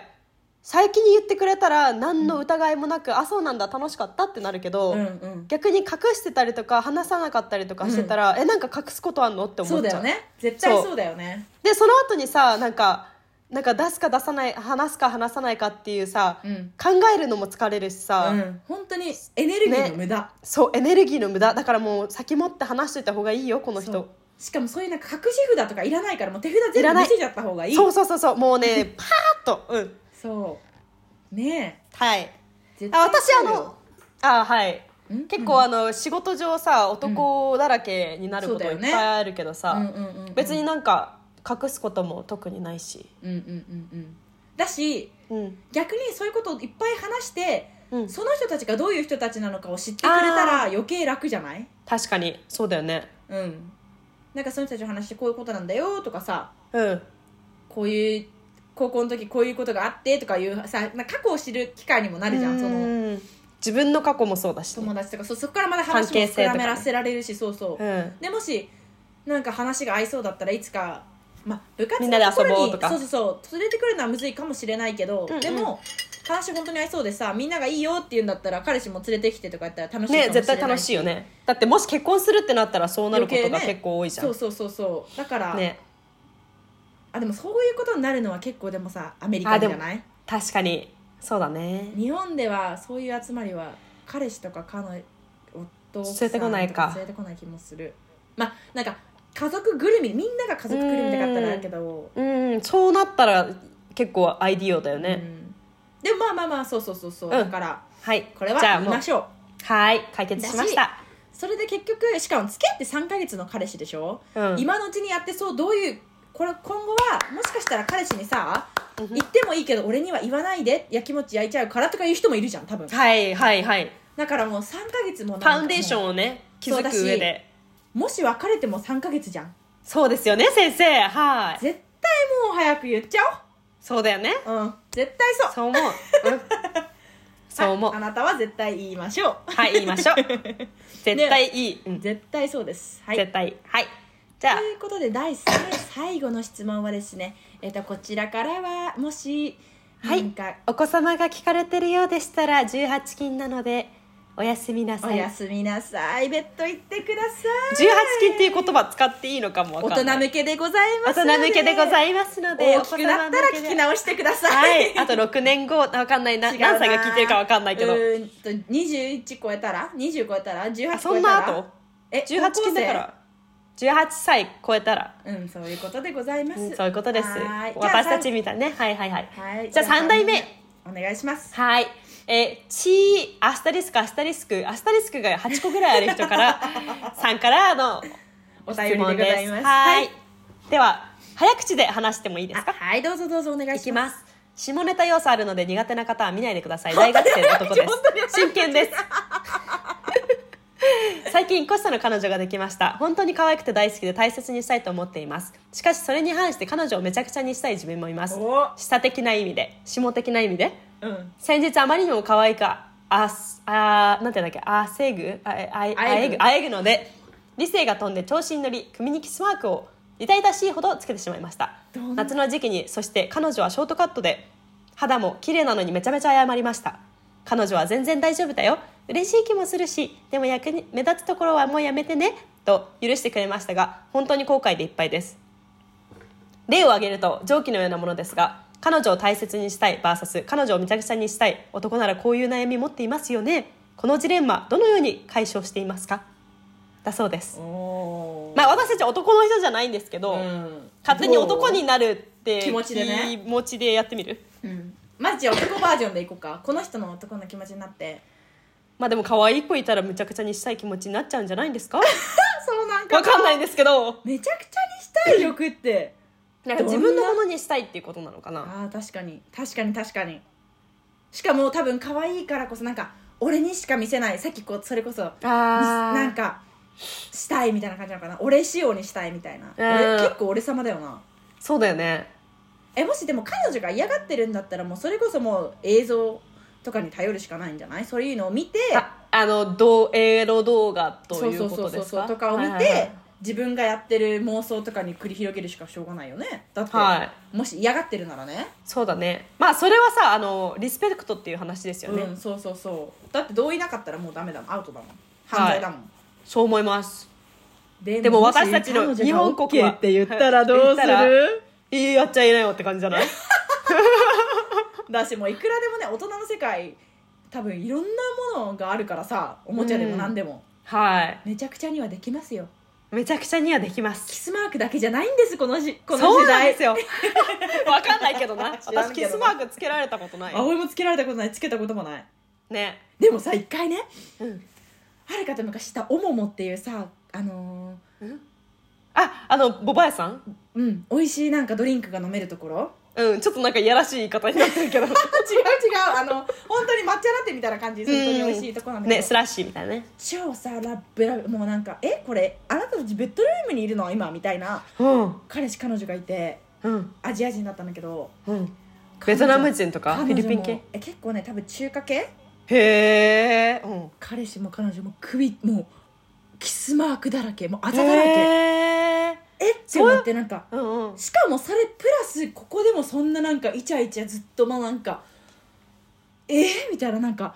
[SPEAKER 1] 先に言ってくれたら何の疑いもなく、あそうなんだ楽しかったってなるけど、
[SPEAKER 2] うんうん
[SPEAKER 1] 逆に隠してたりとか話さなかったりとかしてたら、えなんか隠すことあんのって思っちゃ
[SPEAKER 2] そううだよね絶対そうだよね
[SPEAKER 1] でその後にさなんかなんか出すか出さない話すか話さないかっていうさ、
[SPEAKER 2] うん
[SPEAKER 1] 考えるのも疲れるしさ、
[SPEAKER 2] うん本当にエネルギーの無駄、
[SPEAKER 1] そうエネルギーの無駄だからもう先もって話しといた方がいいよこの
[SPEAKER 2] そう
[SPEAKER 1] 人
[SPEAKER 2] しかもそういうなんか隠し札とかいらないからもう手札
[SPEAKER 1] いら
[SPEAKER 2] 全部
[SPEAKER 1] ない
[SPEAKER 2] 見せちゃった方がいい
[SPEAKER 1] そうそうそうそうもう ねパーッとうん
[SPEAKER 2] そうね
[SPEAKER 1] はい
[SPEAKER 2] え絶
[SPEAKER 1] あ
[SPEAKER 2] 対
[SPEAKER 1] 私
[SPEAKER 2] そ
[SPEAKER 1] あ
[SPEAKER 2] うよ
[SPEAKER 1] のあはい
[SPEAKER 2] ん
[SPEAKER 1] 結構あの仕事上さ男だらけになること
[SPEAKER 2] そう
[SPEAKER 1] い
[SPEAKER 2] だよ
[SPEAKER 1] っ
[SPEAKER 2] ね
[SPEAKER 1] ぱいあるけどさ、
[SPEAKER 2] うんうんうんうん
[SPEAKER 1] 別になんか隠すことも特にないし
[SPEAKER 2] うんうんうんうんだし
[SPEAKER 1] うん
[SPEAKER 2] 逆にそういうことをいっぱい話して
[SPEAKER 1] うん
[SPEAKER 2] その人たちがどういう人たちなのかを知ってくれたら余計楽じゃない
[SPEAKER 1] 確かにそうだよね
[SPEAKER 2] うんなんかその人たちの話してこういうことなんだよとかさ
[SPEAKER 1] うん
[SPEAKER 2] こういう高校の時こういうことがあってとかいうさなんか過去を知る機会にもなるじゃんその
[SPEAKER 1] うん自分の過去もそうだしね、
[SPEAKER 2] 友達とかそうそこからまだ話も
[SPEAKER 1] 関係性
[SPEAKER 2] 膨
[SPEAKER 1] とからね
[SPEAKER 2] めらせられるしそうそう、
[SPEAKER 1] うん
[SPEAKER 2] でもしなんか話が合いそうだったらいつか、まあ、部活
[SPEAKER 1] みん
[SPEAKER 2] の
[SPEAKER 1] なで
[SPEAKER 2] とこ
[SPEAKER 1] 遊
[SPEAKER 2] ろ
[SPEAKER 1] ぼ
[SPEAKER 2] に
[SPEAKER 1] うとか
[SPEAKER 2] そうそうそう連れてくるのはむずいかもしれないけど、
[SPEAKER 1] うんうん
[SPEAKER 2] でも話本当に合いそうでさみんながいいよって言うんだったら彼氏も連れてきてとかやったら楽しいかもしれない
[SPEAKER 1] ね絶対楽しいよねだってもし結婚するってなったらそうなることが
[SPEAKER 2] 余計ね
[SPEAKER 1] 結構多いじゃん
[SPEAKER 2] そうそうそうそうだから、
[SPEAKER 1] ね
[SPEAKER 2] あでもそういうことになるのは結構でもさアメリカ
[SPEAKER 1] あ
[SPEAKER 2] じ
[SPEAKER 1] で
[SPEAKER 2] ゃ
[SPEAKER 1] も
[SPEAKER 2] ない
[SPEAKER 1] 確かにそうだね
[SPEAKER 2] 日本ではそういう集まりは彼氏とか彼女夫
[SPEAKER 1] 連れてこないか
[SPEAKER 2] 奥さんと連れてこない気もするまあなんか家族ぐるみみんなが家族ぐるみだったらあるけど
[SPEAKER 1] うんそうなったら結構 IDO だよね、
[SPEAKER 2] うんでもまあまあまあそうそうそうそう、
[SPEAKER 1] うん
[SPEAKER 2] だから
[SPEAKER 1] はい
[SPEAKER 2] これは
[SPEAKER 1] じゃあ
[SPEAKER 2] 言い
[SPEAKER 1] もう
[SPEAKER 2] ましょう
[SPEAKER 1] はい解決しました
[SPEAKER 2] それで結局しかも付き合って3ヶ月の彼氏でしょ、
[SPEAKER 1] うん
[SPEAKER 2] 今のうちにやってそうどういうこれ今後はもしかしたら彼氏にさ
[SPEAKER 1] うん
[SPEAKER 2] 言ってもいいけど俺には言わないでやきもち焼いちゃうからとかいう人もいるじゃん多分
[SPEAKER 1] はいはいはい
[SPEAKER 2] だからもう3ヶ月もなん
[SPEAKER 1] フ
[SPEAKER 2] か
[SPEAKER 1] ァウンデーションをね築く上で
[SPEAKER 2] もし別れても3ヶ月じゃん
[SPEAKER 1] そうですよね先生はい
[SPEAKER 2] 絶対もう早く言っちゃ
[SPEAKER 1] そうだよね
[SPEAKER 2] おううん絶対そう
[SPEAKER 1] そう思う、 うんそう思う
[SPEAKER 2] ああなたは絶対言いましょう
[SPEAKER 1] はい言いま しょう絶対いい、うん
[SPEAKER 2] 絶対そうですはい
[SPEAKER 1] 絶対はいじゃあ
[SPEAKER 2] ということで第三最後の質問はですね、えっとこちらからはもし
[SPEAKER 1] はい
[SPEAKER 2] なんか
[SPEAKER 1] お子様が聞かれてるようでしたら18禁なのでおやすみな
[SPEAKER 2] お
[SPEAKER 1] さい
[SPEAKER 2] や
[SPEAKER 1] 18
[SPEAKER 2] すみなさいベッド行ってください
[SPEAKER 1] 禁っていう言葉使っていいのかもわか
[SPEAKER 2] 大
[SPEAKER 1] んない
[SPEAKER 2] 人向けでございま
[SPEAKER 1] 大
[SPEAKER 2] すの
[SPEAKER 1] 人向けでござ
[SPEAKER 2] い
[SPEAKER 1] いますので
[SPEAKER 2] 大きくな
[SPEAKER 1] お
[SPEAKER 2] ったら
[SPEAKER 1] 子様向
[SPEAKER 2] 聞
[SPEAKER 1] け
[SPEAKER 2] き
[SPEAKER 1] で
[SPEAKER 2] 直してくださ、
[SPEAKER 1] はいいあと6年後わかんないな
[SPEAKER 2] 違う
[SPEAKER 1] 何
[SPEAKER 2] な
[SPEAKER 1] 歳が聞いてるかわかんないけど
[SPEAKER 2] うーんと21超えたら20超えたら18超えたら
[SPEAKER 1] あそんな後
[SPEAKER 2] え
[SPEAKER 1] 18禁だから18歳超えたら、
[SPEAKER 2] 高校生うんそういうことでございます、
[SPEAKER 1] うんそういうことです
[SPEAKER 2] はい
[SPEAKER 1] 私たちみたいねはいはいはい
[SPEAKER 2] じゃあ,、はい、
[SPEAKER 1] じゃあ三代目
[SPEAKER 2] お願いします
[SPEAKER 1] はいえー、チーアスタリスクアスタリスクアスタリスクが8個ぐらいある人から さんからの
[SPEAKER 2] お便りでございます
[SPEAKER 1] はいでは早口で話してもいいです
[SPEAKER 2] あ
[SPEAKER 1] か
[SPEAKER 2] はいどうぞどうぞお願
[SPEAKER 1] い
[SPEAKER 2] いします
[SPEAKER 1] きます下ネタ要素あるので苦手な方は見ないでください大学生の男で
[SPEAKER 2] 本当に
[SPEAKER 1] す真剣です 最近1個下の彼女ができました本当に可愛くて大好きで大切にしたいと思っていますしかしそれに反して彼女をめちゃくちゃにしたい自分もいます
[SPEAKER 2] お
[SPEAKER 1] 下的な意味で下的な意味で
[SPEAKER 2] うん
[SPEAKER 1] 先日あまりにも可愛いかあすあーなんていうんだっけあせぐあえあえあ
[SPEAKER 2] あえ
[SPEAKER 1] え
[SPEAKER 2] ぐ
[SPEAKER 1] ぐあえぐので理性が飛んで調子に乗りクミニキスマークを痛々しいほどつけてしまいました
[SPEAKER 2] どんな
[SPEAKER 1] 夏の時期にそして彼女はショートカットで肌も綺麗なのにめちゃめちゃ謝りました彼女は全然大丈夫だよ嬉しい気もするしでも役に目立つところはもうやめてねと許してくれましたが本当に後悔でいっぱいです例を挙げると上記のようなものですが彼女を大切にしたい VS 彼女をめちゃくちゃにしたい男ならこういう悩み持っていますよねこのジレンマどのように解消していますかだそうです、
[SPEAKER 2] おー
[SPEAKER 1] まあ、私たち男の人じゃないんですけど、
[SPEAKER 2] うん
[SPEAKER 1] 勝手に男になるって
[SPEAKER 2] 気持ちでね
[SPEAKER 1] 気持ちでやってみる
[SPEAKER 2] うんまずじゃあ男バージョンでいこうかこの人の男の気持ちになって
[SPEAKER 1] まあでも可愛い子いたらむちゃくちゃにしたい気持ちになっちゃうんじゃないん ですか
[SPEAKER 2] あそうなん
[SPEAKER 1] わかんないいんですけど
[SPEAKER 2] めちゃくちゃにしたい欲って
[SPEAKER 1] なんか自分のものにしたいっていうことなのかな
[SPEAKER 2] あー確かに確かに確かにしかも多分可愛いからこそなんか俺にしか見せないさっきこうそれこそ
[SPEAKER 1] あ
[SPEAKER 2] なんかしたいみたいな感じなのかな俺仕様にしたいみたいな
[SPEAKER 1] う
[SPEAKER 2] 俺
[SPEAKER 1] ん
[SPEAKER 2] 結構俺様だよな
[SPEAKER 1] そうだよね
[SPEAKER 2] えもしでも彼女が嫌がってるんだったらもうそれこそもう映像とかに頼るしかないんじゃないそういうのを見て
[SPEAKER 1] ああのどうエロ動画と
[SPEAKER 2] そう
[SPEAKER 1] い
[SPEAKER 2] そうう
[SPEAKER 1] こ
[SPEAKER 2] そ
[SPEAKER 1] と
[SPEAKER 2] うそ
[SPEAKER 1] で
[SPEAKER 2] う
[SPEAKER 1] す
[SPEAKER 2] そ
[SPEAKER 1] か
[SPEAKER 2] うとかを見
[SPEAKER 1] はいはいは
[SPEAKER 2] て
[SPEAKER 1] い
[SPEAKER 2] 自分がやってる妄想とかに繰り広げるしかしょうがないよねだって、
[SPEAKER 1] はい
[SPEAKER 2] もし嫌がってるならね
[SPEAKER 1] そうだねまあそれはさあのリスペクトっていう話ですよね、
[SPEAKER 2] うんそうそうそうだって同意なかったらもうダメだもんアウトだもん犯罪だもん、
[SPEAKER 1] そう思います
[SPEAKER 2] で
[SPEAKER 1] でも私たちの日本国は
[SPEAKER 2] もし彼女が OK って言ったらどうす
[SPEAKER 1] 言った
[SPEAKER 2] る
[SPEAKER 1] いいやっちゃいないよって感じじゃない
[SPEAKER 2] だしもういくらでもね大人の世界多分いろんなものがあるからさおもちゃでも何でも、
[SPEAKER 1] はい
[SPEAKER 2] めちゃくちゃにはできますよ
[SPEAKER 1] めちゃくちゃにはできま
[SPEAKER 2] キ
[SPEAKER 1] す
[SPEAKER 2] スマークだけじゃないんですこのじこの時代
[SPEAKER 1] そうなんです よわかんないけどな
[SPEAKER 2] 知らん
[SPEAKER 1] 私
[SPEAKER 2] け
[SPEAKER 1] キ
[SPEAKER 2] どな
[SPEAKER 1] スマークつけられたことない
[SPEAKER 2] 葵もつけられたことないつけたこともない
[SPEAKER 1] ね
[SPEAKER 2] でもさ一回ね
[SPEAKER 1] うん
[SPEAKER 2] はるかと昔したおももっていうさあの
[SPEAKER 1] ああのボバヤさん
[SPEAKER 2] ーうん美味しいなんかドリンクが飲めるところ
[SPEAKER 1] うんちょっとなんかいやらしい言い方になってるけど
[SPEAKER 2] 違う違うあの本当に抹茶ラテみたいな感じ本当に美味しいとこなんだけど、
[SPEAKER 1] ねスラッシーみたいなね
[SPEAKER 2] 超さラブラブもうなんか「えこれあなたたちベッドルームにいるの今」みたいな
[SPEAKER 1] うん
[SPEAKER 2] 彼氏彼女がいて
[SPEAKER 1] うん
[SPEAKER 2] アジア人だったんだけど
[SPEAKER 1] うんベトナム人とか
[SPEAKER 2] 彼
[SPEAKER 1] フ
[SPEAKER 2] 女
[SPEAKER 1] ィ
[SPEAKER 2] も
[SPEAKER 1] リピン系
[SPEAKER 2] え結構ね多分中華系
[SPEAKER 1] へえうん
[SPEAKER 2] 彼氏も彼女も首もうキスマークだらけもうあ
[SPEAKER 1] あ
[SPEAKER 2] ざだらけ
[SPEAKER 1] け
[SPEAKER 2] えって思ってなんか
[SPEAKER 1] うんうん
[SPEAKER 2] しかもそれプラスここでもそんななんかイチャイチャずっとまあなんかえー、みたいななんか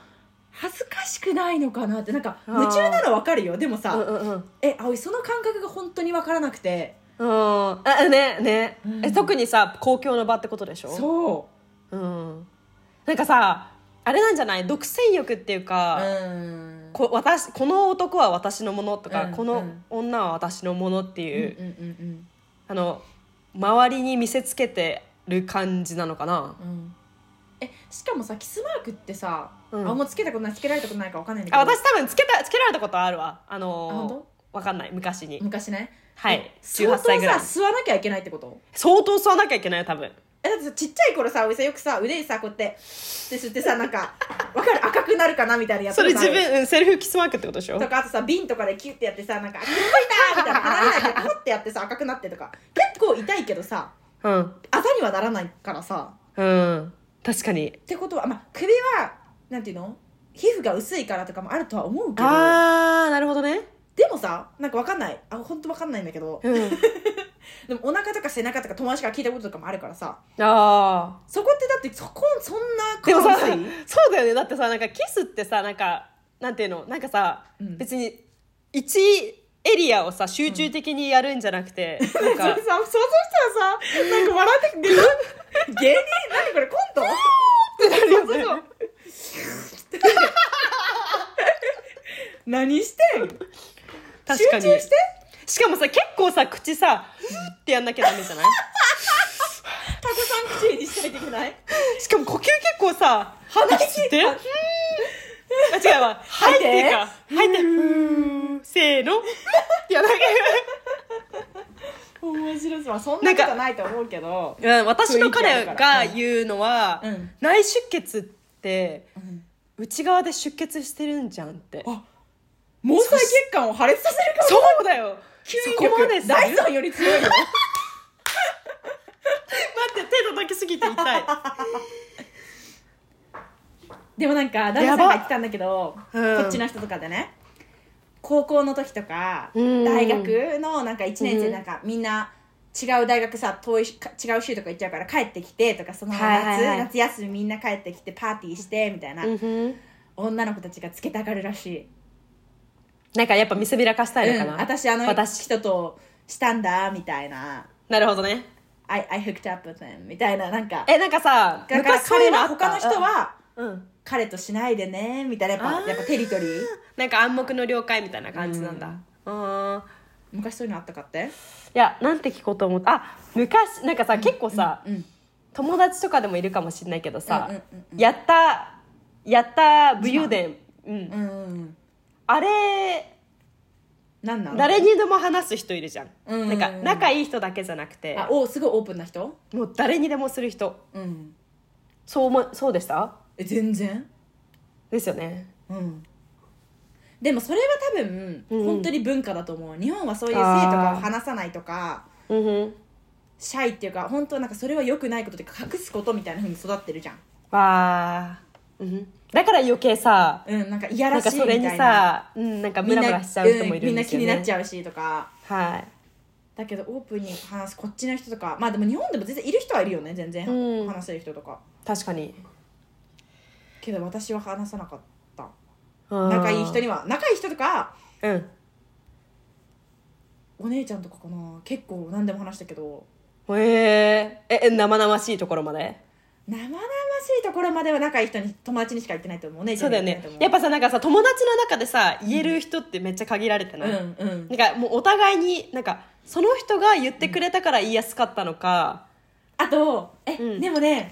[SPEAKER 2] 恥ずかしくないのかなってなんか
[SPEAKER 1] あー
[SPEAKER 2] 夢中なの分かるよでもさ、
[SPEAKER 1] うんうんうん
[SPEAKER 2] え葵その感覚が本当に分からなくて
[SPEAKER 1] うん、あねね、
[SPEAKER 2] うん
[SPEAKER 1] え特にさ公共の場ってことでしょ、
[SPEAKER 2] そう
[SPEAKER 1] ん、なんかさあれなんじゃない独占欲っていう
[SPEAKER 2] う
[SPEAKER 1] か、
[SPEAKER 2] ん
[SPEAKER 1] こ私この男は私のものとか、
[SPEAKER 2] うん
[SPEAKER 1] こ
[SPEAKER 2] う
[SPEAKER 1] の
[SPEAKER 2] ん
[SPEAKER 1] 女は私のものって
[SPEAKER 2] うんうんう
[SPEAKER 1] いう、
[SPEAKER 2] ん
[SPEAKER 1] あの周りに見せつけてる感じなのかな、
[SPEAKER 2] うんうんえしかもさキスマークってさ、
[SPEAKER 1] うん
[SPEAKER 2] あんまつけたことないつけられたことないか分かんないんだ
[SPEAKER 1] あ
[SPEAKER 2] けど
[SPEAKER 1] 私多分つけたつけられたことあるわあ
[SPEAKER 2] あ本
[SPEAKER 1] の
[SPEAKER 2] 当
[SPEAKER 1] わかんない昔に、
[SPEAKER 2] 昔ね
[SPEAKER 1] はい
[SPEAKER 2] え
[SPEAKER 1] 18
[SPEAKER 2] 相当さ
[SPEAKER 1] 歳ぐらい
[SPEAKER 2] 吸わなきゃいけないってこと
[SPEAKER 1] 相当吸わなきゃいけないよ多分
[SPEAKER 2] えだってさちっちゃい頃さお店よくさ腕さこうやってで吸ってさなんかわかる赤くなるかなみたいなやつ
[SPEAKER 1] それ自分、うん、セルフキスマークってことでしょ
[SPEAKER 2] とかあとさ瓶とかでキュッてやってさなんか「あ気づいた!」みたいな離れないでポッてやってさ赤くなってとか結構痛いけどさ
[SPEAKER 1] うん
[SPEAKER 2] あざにはならないからさ
[SPEAKER 1] うん確かに
[SPEAKER 2] ってことは、まあ、首はなんていうの皮膚が薄いからとかもあるとは思うけど
[SPEAKER 1] あーなるほどね
[SPEAKER 2] でもさなんかわかんないあ本当わかんないんだけど
[SPEAKER 1] うん
[SPEAKER 2] でもお腹とか背中とか友達から聞いたこととかもあるからさ
[SPEAKER 1] ああ
[SPEAKER 2] そこってだってそこそんな
[SPEAKER 1] でもさ
[SPEAKER 2] 皮膚薄い
[SPEAKER 1] そうだよねだってさなんかキスってさなんかなんていうのなんかさ、
[SPEAKER 2] うん
[SPEAKER 1] 別に一エリアをさ集中的にやるんじゃなくて、なん
[SPEAKER 2] それ
[SPEAKER 1] か
[SPEAKER 2] さ想像したらさなんか笑ってくる芸人何これコントそうそうそう何してん
[SPEAKER 1] 確かに
[SPEAKER 2] 集中して
[SPEAKER 1] しかもさ結構さ口さふーってやんなきゃダメじゃない
[SPEAKER 2] たくさん口にしないといけない
[SPEAKER 1] しかも呼吸結構さ鼻息吸ってあ違うわ吐いていいか吐いてふーせーのってやんなきゃ
[SPEAKER 2] 面白いまあそんなことないと思うけど
[SPEAKER 1] うん私の彼が言うのは、
[SPEAKER 2] うん
[SPEAKER 1] 内出血って内側で出血してるんじゃんって
[SPEAKER 2] あ毛細血管を破裂させるかも
[SPEAKER 1] そうだよ
[SPEAKER 2] 吸引
[SPEAKER 1] そこまで
[SPEAKER 2] 力
[SPEAKER 1] する
[SPEAKER 2] ダイソンより強いよ
[SPEAKER 1] 待って手叩きすぎて痛い
[SPEAKER 2] でもなんか旦那さんが言ってたんだけど、
[SPEAKER 1] うん
[SPEAKER 2] こっちの人とかでね高校の時とか、
[SPEAKER 1] うん
[SPEAKER 2] 大学のなんか1年生なんか、みんな違う大学さ遠いしか違う州とか行っちゃうから帰ってきてとかその夏、
[SPEAKER 1] はいはいはい
[SPEAKER 2] 夏休みみんな帰ってきてパーティーしてみたいな、女の子たちがつけたがるらしい、
[SPEAKER 1] なんかやっぱ見せびらかしたいのかな、
[SPEAKER 2] うん私あの
[SPEAKER 1] 私
[SPEAKER 2] 人としたんだみたいな
[SPEAKER 1] なるほどね
[SPEAKER 2] I, I hooked up with him みたいななんか
[SPEAKER 1] えなんかさ
[SPEAKER 2] だから
[SPEAKER 1] 昔そうい
[SPEAKER 2] 彼
[SPEAKER 1] うのあ
[SPEAKER 2] は
[SPEAKER 1] った
[SPEAKER 2] 他の人は
[SPEAKER 1] うん
[SPEAKER 2] 彼としないでねみたいなやっ
[SPEAKER 1] あー
[SPEAKER 2] ぱやっぱテリトリー
[SPEAKER 1] なんか暗黙の了解みたいな感じなんだうんい
[SPEAKER 2] 昔そういうのあったかって
[SPEAKER 1] やなんて聞こうと思ったあ昔なんかさ結構さ、
[SPEAKER 2] うん
[SPEAKER 1] 友達とかでもいるかもしれないけどさ、
[SPEAKER 2] うんうんうん
[SPEAKER 1] やったやった武勇伝、うん、
[SPEAKER 2] うんうん
[SPEAKER 1] あれ
[SPEAKER 2] 何なの
[SPEAKER 1] 誰にでも話す人いるじゃん,、
[SPEAKER 2] うん
[SPEAKER 1] なんか仲いい人だけじゃなくて
[SPEAKER 2] あおすごいオープンな人
[SPEAKER 1] もう誰にでもする人
[SPEAKER 2] うん
[SPEAKER 1] そう思そうでした
[SPEAKER 2] え全然
[SPEAKER 1] ですよね
[SPEAKER 2] うんでもそれは多分、
[SPEAKER 1] うん
[SPEAKER 2] 本当に文化だと思う日本はそういう性とかを話さないとか
[SPEAKER 1] うんうん
[SPEAKER 2] シャイっていうか本当はなんかそれは良くないことというか隠すことみたいなふうに育ってるじゃん
[SPEAKER 1] わあうんだから余計さ
[SPEAKER 2] うんなんかいや
[SPEAKER 1] な
[SPEAKER 2] ら
[SPEAKER 1] ん
[SPEAKER 2] しい
[SPEAKER 1] か
[SPEAKER 2] み
[SPEAKER 1] そ
[SPEAKER 2] た
[SPEAKER 1] れ
[SPEAKER 2] い
[SPEAKER 1] に
[SPEAKER 2] な
[SPEAKER 1] さうんなんかムラムラしちゃう人もいるんですよ
[SPEAKER 2] みんなうんみんな気になっち
[SPEAKER 1] ゃ
[SPEAKER 2] ゃうしとか
[SPEAKER 1] うはい
[SPEAKER 2] だけどオープンに話すこっちの人とかまあでも日本でも全然いる人はいるよね全然、
[SPEAKER 1] うん
[SPEAKER 2] 話せる人とか
[SPEAKER 1] 確かに
[SPEAKER 2] けど私は話さなかった
[SPEAKER 1] 仲
[SPEAKER 2] 仲いい人には仲いい人とか
[SPEAKER 1] うん
[SPEAKER 2] お姉ちゃんとかかな結構何でも話したけど
[SPEAKER 1] へえええ生々しいところまで
[SPEAKER 2] 生々しいところまでは仲いい人に友達にしか言ってないと思うお姉ち
[SPEAKER 1] そ
[SPEAKER 2] ゃ
[SPEAKER 1] うんだ
[SPEAKER 2] には
[SPEAKER 1] よ
[SPEAKER 2] 言って
[SPEAKER 1] ね
[SPEAKER 2] ないと
[SPEAKER 1] やっ
[SPEAKER 2] 思
[SPEAKER 1] ぱさなんかさ友達の中でさ言える人ってめっちゃ限られてない、
[SPEAKER 2] ううんうん
[SPEAKER 1] なんかもうお互いになんかその人が言ってくれたから言いやすかったのか、
[SPEAKER 2] あとえ、
[SPEAKER 1] うん
[SPEAKER 2] でもね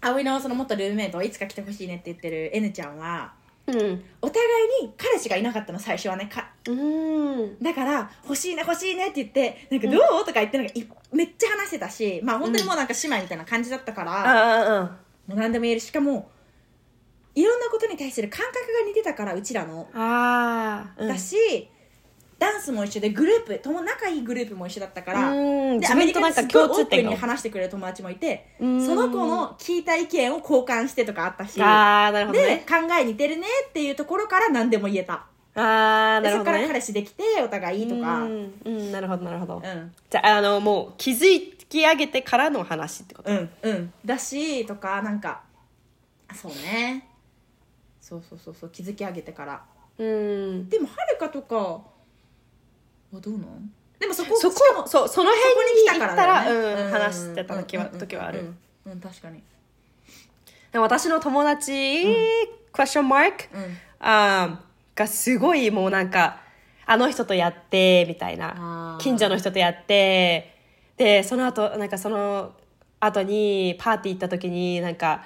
[SPEAKER 2] 葵のその元ルームメイトいつか来てほしいねって言ってる N ちゃんは
[SPEAKER 1] うん
[SPEAKER 2] お互いに彼氏がいなかったの最初はねか
[SPEAKER 1] うん
[SPEAKER 2] だから「欲しいね欲しいね」って言って「なんかどうとか言ってなんかいめっちゃ話してたしまあ本当にもうなんか姉妹みたいな感じだったか
[SPEAKER 1] あ
[SPEAKER 2] ら、
[SPEAKER 1] ああ
[SPEAKER 2] もう何でも言えるしかもいろんなことに対する感覚が似てたからうちらの、
[SPEAKER 1] ああ
[SPEAKER 2] だしダンスも一緒でグループとも仲いいグループも一緒だったから、
[SPEAKER 1] うん
[SPEAKER 2] で
[SPEAKER 1] 自分となんか共通点
[SPEAKER 2] アメリカですごいオープンに
[SPEAKER 1] が
[SPEAKER 2] 話してくれる友達もいて
[SPEAKER 1] そ
[SPEAKER 2] その子の聞いた意見を交換してとかあったし、
[SPEAKER 1] ああなるほど
[SPEAKER 2] で
[SPEAKER 1] ね
[SPEAKER 2] 考え似てるねっていうところから何でも言えた、
[SPEAKER 1] ああ
[SPEAKER 2] で
[SPEAKER 1] なるほど
[SPEAKER 2] そこから
[SPEAKER 1] ね
[SPEAKER 2] 彼氏できてお互いとか、
[SPEAKER 1] う
[SPEAKER 2] うん
[SPEAKER 1] ん、うん、なるほどなるほど
[SPEAKER 2] うん
[SPEAKER 1] じゃああのもう気づき上げてからの話ってこと
[SPEAKER 2] うんだしとかなんかそうねそうそうそうそう気づき上げてから
[SPEAKER 1] うん
[SPEAKER 2] でもはるかとかはどうなんでもそこ
[SPEAKER 1] そ
[SPEAKER 2] しかも
[SPEAKER 1] こそうその
[SPEAKER 2] そこ
[SPEAKER 1] 辺
[SPEAKER 2] に
[SPEAKER 1] に
[SPEAKER 2] 来
[SPEAKER 1] 行
[SPEAKER 2] た
[SPEAKER 1] っ
[SPEAKER 2] から
[SPEAKER 1] たら、
[SPEAKER 2] だよね
[SPEAKER 1] うん、話してた時は,、
[SPEAKER 2] うんうんうん
[SPEAKER 1] 時はある、
[SPEAKER 2] うんうん確かに
[SPEAKER 1] でも私の友達、クエスチョンマーク
[SPEAKER 2] うん
[SPEAKER 1] あーがすごいもうなんかあの人とやってみたい
[SPEAKER 2] あ
[SPEAKER 1] な
[SPEAKER 2] ー
[SPEAKER 1] 近所の人とやってでその後なんかその後にパーティー行った時になんか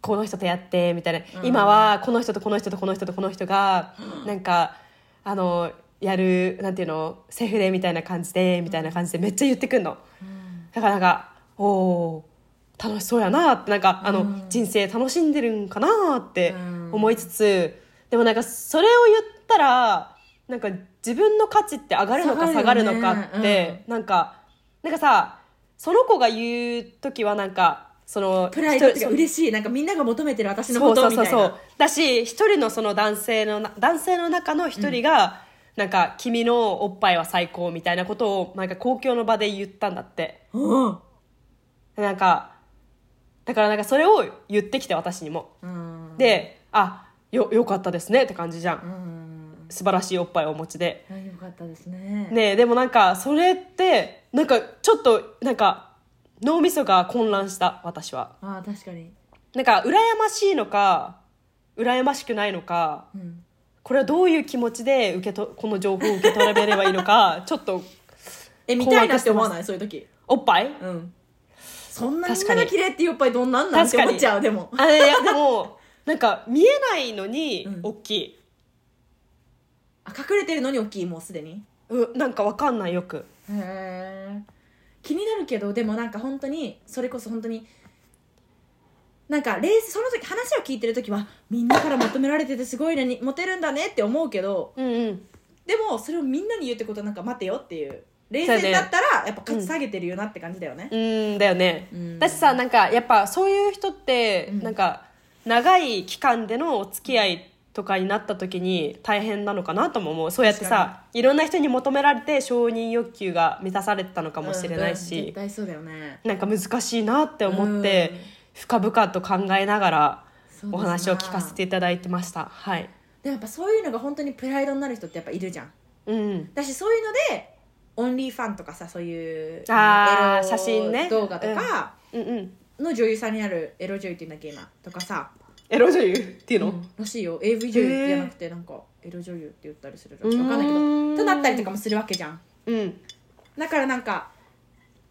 [SPEAKER 1] この人とやってみたいな、
[SPEAKER 2] うん
[SPEAKER 1] 今はこの人とこの人とこの人とこの人がなんかあのやるなんていうのセフレみたいな感じでみたいな感じでめっちゃ言ってくんの。だからなんかおおー楽しそうやなってなんか、あ
[SPEAKER 2] う
[SPEAKER 1] の
[SPEAKER 2] ん
[SPEAKER 1] 人生楽しんでるんかなって
[SPEAKER 2] うん
[SPEAKER 1] 思いつつでもなんかそれを言ったらなんか自分の価値って上がるのか下
[SPEAKER 2] 下
[SPEAKER 1] が
[SPEAKER 2] が
[SPEAKER 1] る
[SPEAKER 2] るよ
[SPEAKER 1] の
[SPEAKER 2] ね
[SPEAKER 1] かって、なんかなんかさその子が言う時はなんかその
[SPEAKER 2] プライドっていう
[SPEAKER 1] 一
[SPEAKER 2] か
[SPEAKER 1] 人
[SPEAKER 2] 嬉しいなんかみんなが求めてる私の
[SPEAKER 1] そ
[SPEAKER 2] こ
[SPEAKER 1] うそ
[SPEAKER 2] と
[SPEAKER 1] う
[SPEAKER 2] み
[SPEAKER 1] そう
[SPEAKER 2] たい
[SPEAKER 1] そ
[SPEAKER 2] な
[SPEAKER 1] うだし一人のその男性のな男性の中の一人が、なんか「君のおっぱいは最高」みたいなことをなんか公共の場で言ったんだって。
[SPEAKER 2] うん
[SPEAKER 1] なんかだからなんかそれを言ってきて私にも、
[SPEAKER 2] うん
[SPEAKER 1] であよよかったですねって感じじゃ
[SPEAKER 2] うんん
[SPEAKER 1] 素晴らしいおっぱいをお持ちで
[SPEAKER 2] あよかったですね
[SPEAKER 1] ねえでもなんかそれってなんかちょっとなんか脳みそが混乱した私は
[SPEAKER 2] あー確かに
[SPEAKER 1] なんか羨ましいのか羨ましくないのか
[SPEAKER 2] うん
[SPEAKER 1] これはどういう気持ちで受けとこの情報を受け取れればいいの かちょっと
[SPEAKER 2] え見たいなって思わないそういう時
[SPEAKER 1] おっぱい
[SPEAKER 2] うんそんなみ
[SPEAKER 1] 確
[SPEAKER 2] ん
[SPEAKER 1] か
[SPEAKER 2] な
[SPEAKER 1] に
[SPEAKER 2] が綺麗っていうおっぱいどんなんなんって思っちゃうでも
[SPEAKER 1] あいやでもなんか見えないのに
[SPEAKER 2] うん
[SPEAKER 1] 大きい、
[SPEAKER 2] あ隠れてるのに大きいもうすでに
[SPEAKER 1] うん、なんかわかんないよく
[SPEAKER 2] へえ気になるけどでもなんか本当にそれこそ本当になんかレースその時話を聞いてる時はみんなから求められててすごいのにモテるんだねって思うけど
[SPEAKER 1] うんうん
[SPEAKER 2] でもそれをみんなに言うってことはなんか待てよっていう冷
[SPEAKER 1] そう
[SPEAKER 2] 静
[SPEAKER 1] だ
[SPEAKER 2] だ
[SPEAKER 1] ね
[SPEAKER 2] ったらやっぱ勝ち下げてるよなって感じだよね
[SPEAKER 1] うんだよね、
[SPEAKER 2] うん
[SPEAKER 1] だしさなんかやっぱそういう人って、
[SPEAKER 2] うん
[SPEAKER 1] なんか長い期間でのお付き合いとかになった時に大変なのかなとも思うそうやってさいろんな人に求められて承認欲求が満たされてたのかもしれない
[SPEAKER 2] うんうん
[SPEAKER 1] し
[SPEAKER 2] 絶、対そうだよね
[SPEAKER 1] なんか難しいなって思って、
[SPEAKER 2] うん
[SPEAKER 1] 深々と考えながら
[SPEAKER 2] そうですな
[SPEAKER 1] お話を聞かせていただいてましたはい
[SPEAKER 2] でもやっぱそういうのが本当にプライドになる人ってやっぱいるじゃん
[SPEAKER 1] うん
[SPEAKER 2] だしそういうのでオンリーファンとかさそういう
[SPEAKER 1] あー
[SPEAKER 2] エロ
[SPEAKER 1] 写真ね
[SPEAKER 2] 動画とか
[SPEAKER 1] うんうん
[SPEAKER 2] の女優さんになるエロ女優っていうんだっけ今とかさ、
[SPEAKER 1] エロ女優っていうの、
[SPEAKER 2] うんらしいよ AV 女優ってじゃなくてなんかエロ女優って言ったりするらしい
[SPEAKER 1] うん
[SPEAKER 2] わかんないけどとなったりとかもするわけじゃん
[SPEAKER 1] うん
[SPEAKER 2] だからなんか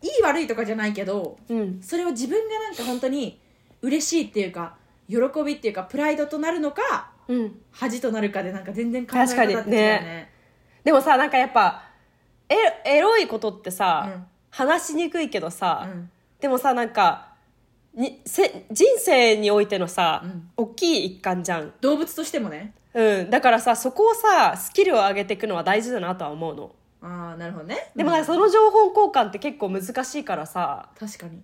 [SPEAKER 2] いい悪いとかじゃないけど
[SPEAKER 1] うん
[SPEAKER 2] それを自分がなんか本当に嬉しいっていうか喜びっていうかプライドとなるのか
[SPEAKER 1] うん
[SPEAKER 2] 恥となるかでなんか全然考え方って違うよ
[SPEAKER 1] 確かにねでもさなんかやっぱエエロいことってさ、
[SPEAKER 2] うん
[SPEAKER 1] 話しにくいけどさ、
[SPEAKER 2] うん
[SPEAKER 1] でもさなんかにせ人生においてのさ、
[SPEAKER 2] うん
[SPEAKER 1] 大きい一環じゃん、
[SPEAKER 2] 動物としてもね
[SPEAKER 1] うん、だからさそこをさスキルを上げていくのは大事だなとは思うの
[SPEAKER 2] ああなるほどね
[SPEAKER 1] でもなんかその情報交換って結構難しいからさ
[SPEAKER 2] 確かに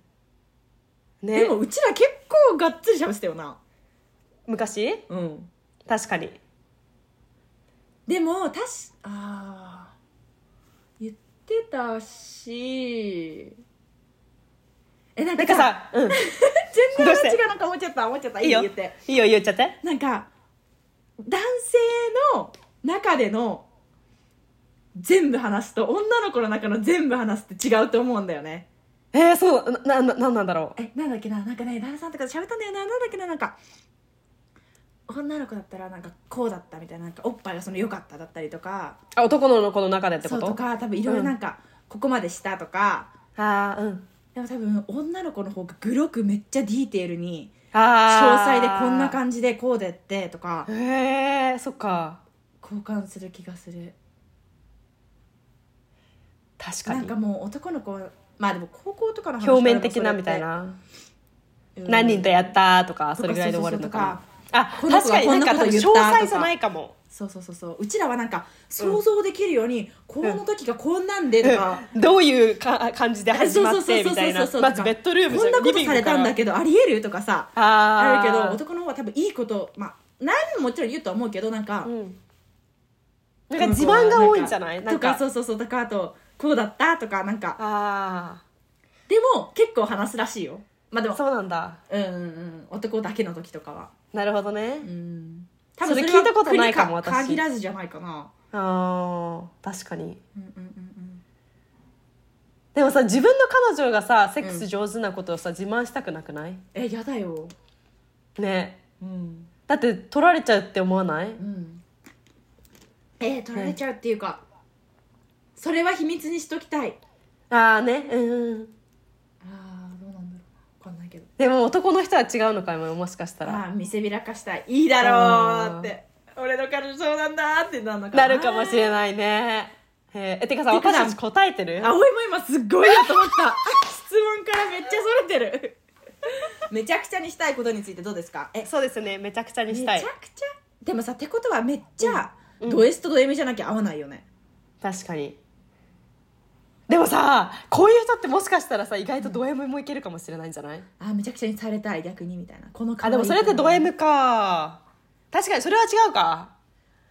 [SPEAKER 1] ね
[SPEAKER 2] でもうちら結構がっつり喋ってたよな
[SPEAKER 1] 昔
[SPEAKER 2] うん
[SPEAKER 1] 確かに
[SPEAKER 2] でも確かあー言ってたしえな
[SPEAKER 1] な
[SPEAKER 2] んか
[SPEAKER 1] んか
[SPEAKER 2] さ
[SPEAKER 1] さ、うん、
[SPEAKER 2] 全
[SPEAKER 1] ど
[SPEAKER 2] 然
[SPEAKER 1] うして
[SPEAKER 2] 話がなんか思っちゃった思っちゃったい
[SPEAKER 1] いい
[SPEAKER 2] い
[SPEAKER 1] よ
[SPEAKER 2] 言って
[SPEAKER 1] いいよ言っちゃって
[SPEAKER 2] なんか男性の中での全部話すと女の子の中の全部話すって違うと思うんだよね
[SPEAKER 1] えー、そうなななんなんだろう
[SPEAKER 2] えなんだっけななんかね旦那さんとかと喋ったんだよななんだっけななんか女の子だったらなんかこうだったみたいななんかおっぱいがその良かっただったりとか
[SPEAKER 1] あ男の子の中でってこ
[SPEAKER 2] そうと
[SPEAKER 1] と
[SPEAKER 2] か多分いろいろなんか、ここまでしたとか
[SPEAKER 1] あーうん
[SPEAKER 2] でも多分女の子の方がグロくめっちゃディテールに詳
[SPEAKER 1] あー
[SPEAKER 2] 細でこんな感じでこうでってとか
[SPEAKER 1] へえー、そっか
[SPEAKER 2] 交換する気がする
[SPEAKER 1] 確か
[SPEAKER 2] なん
[SPEAKER 1] に
[SPEAKER 2] かもう男の子はまあでも高校とかの話は
[SPEAKER 1] 表面的なみたいな、
[SPEAKER 2] うん
[SPEAKER 1] 何人とやったとかそ
[SPEAKER 2] とか
[SPEAKER 1] れぐらいで終わるのかなあ
[SPEAKER 2] この
[SPEAKER 1] 確
[SPEAKER 2] 子は
[SPEAKER 1] かになんか
[SPEAKER 2] こん
[SPEAKER 1] 多
[SPEAKER 2] な
[SPEAKER 1] 分
[SPEAKER 2] こと言
[SPEAKER 1] 詳
[SPEAKER 2] ったとか
[SPEAKER 1] 細じゃないかも
[SPEAKER 2] そうそうそうそううちらはなんか想像できるように、この時がこんなんでとか、
[SPEAKER 1] どういうか感じで始まっ
[SPEAKER 2] そう
[SPEAKER 1] て
[SPEAKER 2] そうそうそうそう
[SPEAKER 1] みたいな
[SPEAKER 2] そうそう
[SPEAKER 1] まずベッドルーム
[SPEAKER 2] こんなことされたんだ
[SPEAKER 1] ど
[SPEAKER 2] けどありえるとかさあ
[SPEAKER 1] あ
[SPEAKER 2] るけ
[SPEAKER 1] ー
[SPEAKER 2] ど男の方は多分いいことまあ何ももちろん言うとは思うけどなんか、
[SPEAKER 1] うん、なんか地盤が多いんじゃないなん
[SPEAKER 2] と
[SPEAKER 1] か
[SPEAKER 2] かそうそうそうとかあとこうだったとかなんか
[SPEAKER 1] あ
[SPEAKER 2] でも結構話すらしいよまあで
[SPEAKER 1] あ
[SPEAKER 2] も
[SPEAKER 1] そうなんだ
[SPEAKER 2] うんうんうん男だけの時とかは
[SPEAKER 1] なるほどね
[SPEAKER 2] うん
[SPEAKER 1] それ聞いたことないかも
[SPEAKER 2] 国
[SPEAKER 1] 私
[SPEAKER 2] 限らずじゃないかな
[SPEAKER 1] あー確かに
[SPEAKER 2] うんうんうん
[SPEAKER 1] でもさ自分の彼女がさセックス上手なことをさ、自慢したくなくない
[SPEAKER 2] えやだよ
[SPEAKER 1] ね
[SPEAKER 2] うん
[SPEAKER 1] だって取られちゃうって思わない
[SPEAKER 2] うんえー取られちゃうっていうか、それは秘密にしときたい
[SPEAKER 1] ああねうんうん
[SPEAKER 2] ああどうなんだろうわかんないけど
[SPEAKER 1] でも男の人は違うのかもよもしかしたら
[SPEAKER 2] ああー見せびらかしたいいいだろうって俺の彼女そうなんだってなるのか
[SPEAKER 1] なるかもしれ
[SPEAKER 2] い
[SPEAKER 1] ないねへーえてかさ
[SPEAKER 2] てか
[SPEAKER 1] 私
[SPEAKER 2] さ
[SPEAKER 1] たち答えてる
[SPEAKER 2] 葵も今すっごいなと思った質問からめっちゃそれてるめちゃくちゃにしたいことについてどうですかえ
[SPEAKER 1] そうですねめちゃくちゃに
[SPEAKER 2] め
[SPEAKER 1] し
[SPEAKER 2] ちゃ
[SPEAKER 1] た
[SPEAKER 2] く
[SPEAKER 1] い
[SPEAKER 2] ちゃでもさってことはめっちゃ、
[SPEAKER 1] うん
[SPEAKER 2] ド S とド M じゃなきゃ合わないよね
[SPEAKER 1] 確かにでもさこういう人ってもしかしたらさ意外とド M もいけるかもしれないんじゃない、
[SPEAKER 2] あめちゃくちゃにされたい逆にみたいなこの可
[SPEAKER 1] あ
[SPEAKER 2] 愛い
[SPEAKER 1] でもそれってド M か確かにそれは違うか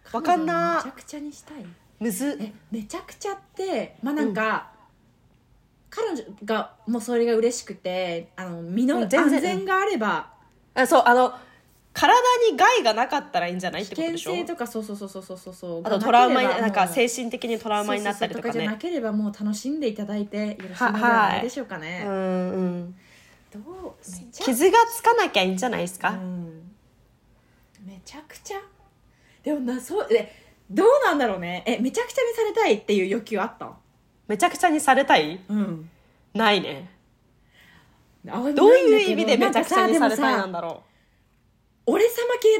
[SPEAKER 2] 彼
[SPEAKER 1] わか
[SPEAKER 2] 女
[SPEAKER 1] んな
[SPEAKER 2] めちゃくちゃにしたい
[SPEAKER 1] むず
[SPEAKER 2] えめちゃくちゃってまあなんか、彼女がもうそれが嬉しくてあの身の
[SPEAKER 1] うん
[SPEAKER 2] 安
[SPEAKER 1] 全然
[SPEAKER 2] 全があれば、
[SPEAKER 1] あそうあの体に害がなかったらいいんじゃないって
[SPEAKER 2] 危
[SPEAKER 1] ことで
[SPEAKER 2] 険
[SPEAKER 1] しょ
[SPEAKER 2] 性とかそうそうそうそうそうそうそう
[SPEAKER 1] あとトラウマに
[SPEAKER 2] がければ
[SPEAKER 1] なんか
[SPEAKER 2] もう
[SPEAKER 1] 精神的にトラウマになったりとか
[SPEAKER 2] そうそうそうじゃな
[SPEAKER 1] ね
[SPEAKER 2] ければもう楽しんでいただいてよろしいので
[SPEAKER 1] は
[SPEAKER 2] はないでしょうか
[SPEAKER 1] う
[SPEAKER 2] ね、
[SPEAKER 1] んうん
[SPEAKER 2] どうめちゃ
[SPEAKER 1] 傷がつかなきゃいいんじゃないです
[SPEAKER 2] う
[SPEAKER 1] か、
[SPEAKER 2] んめちゃくちゃでもなそうえどうなんだろうねえめちゃくちゃにされたいっていう欲求あった
[SPEAKER 1] めちゃくちゃにされたい
[SPEAKER 2] うん
[SPEAKER 1] ないね
[SPEAKER 2] どう
[SPEAKER 1] どういう意味でめちゃくちゃにされたいなん
[SPEAKER 2] だ
[SPEAKER 1] だろ
[SPEAKER 2] 俺様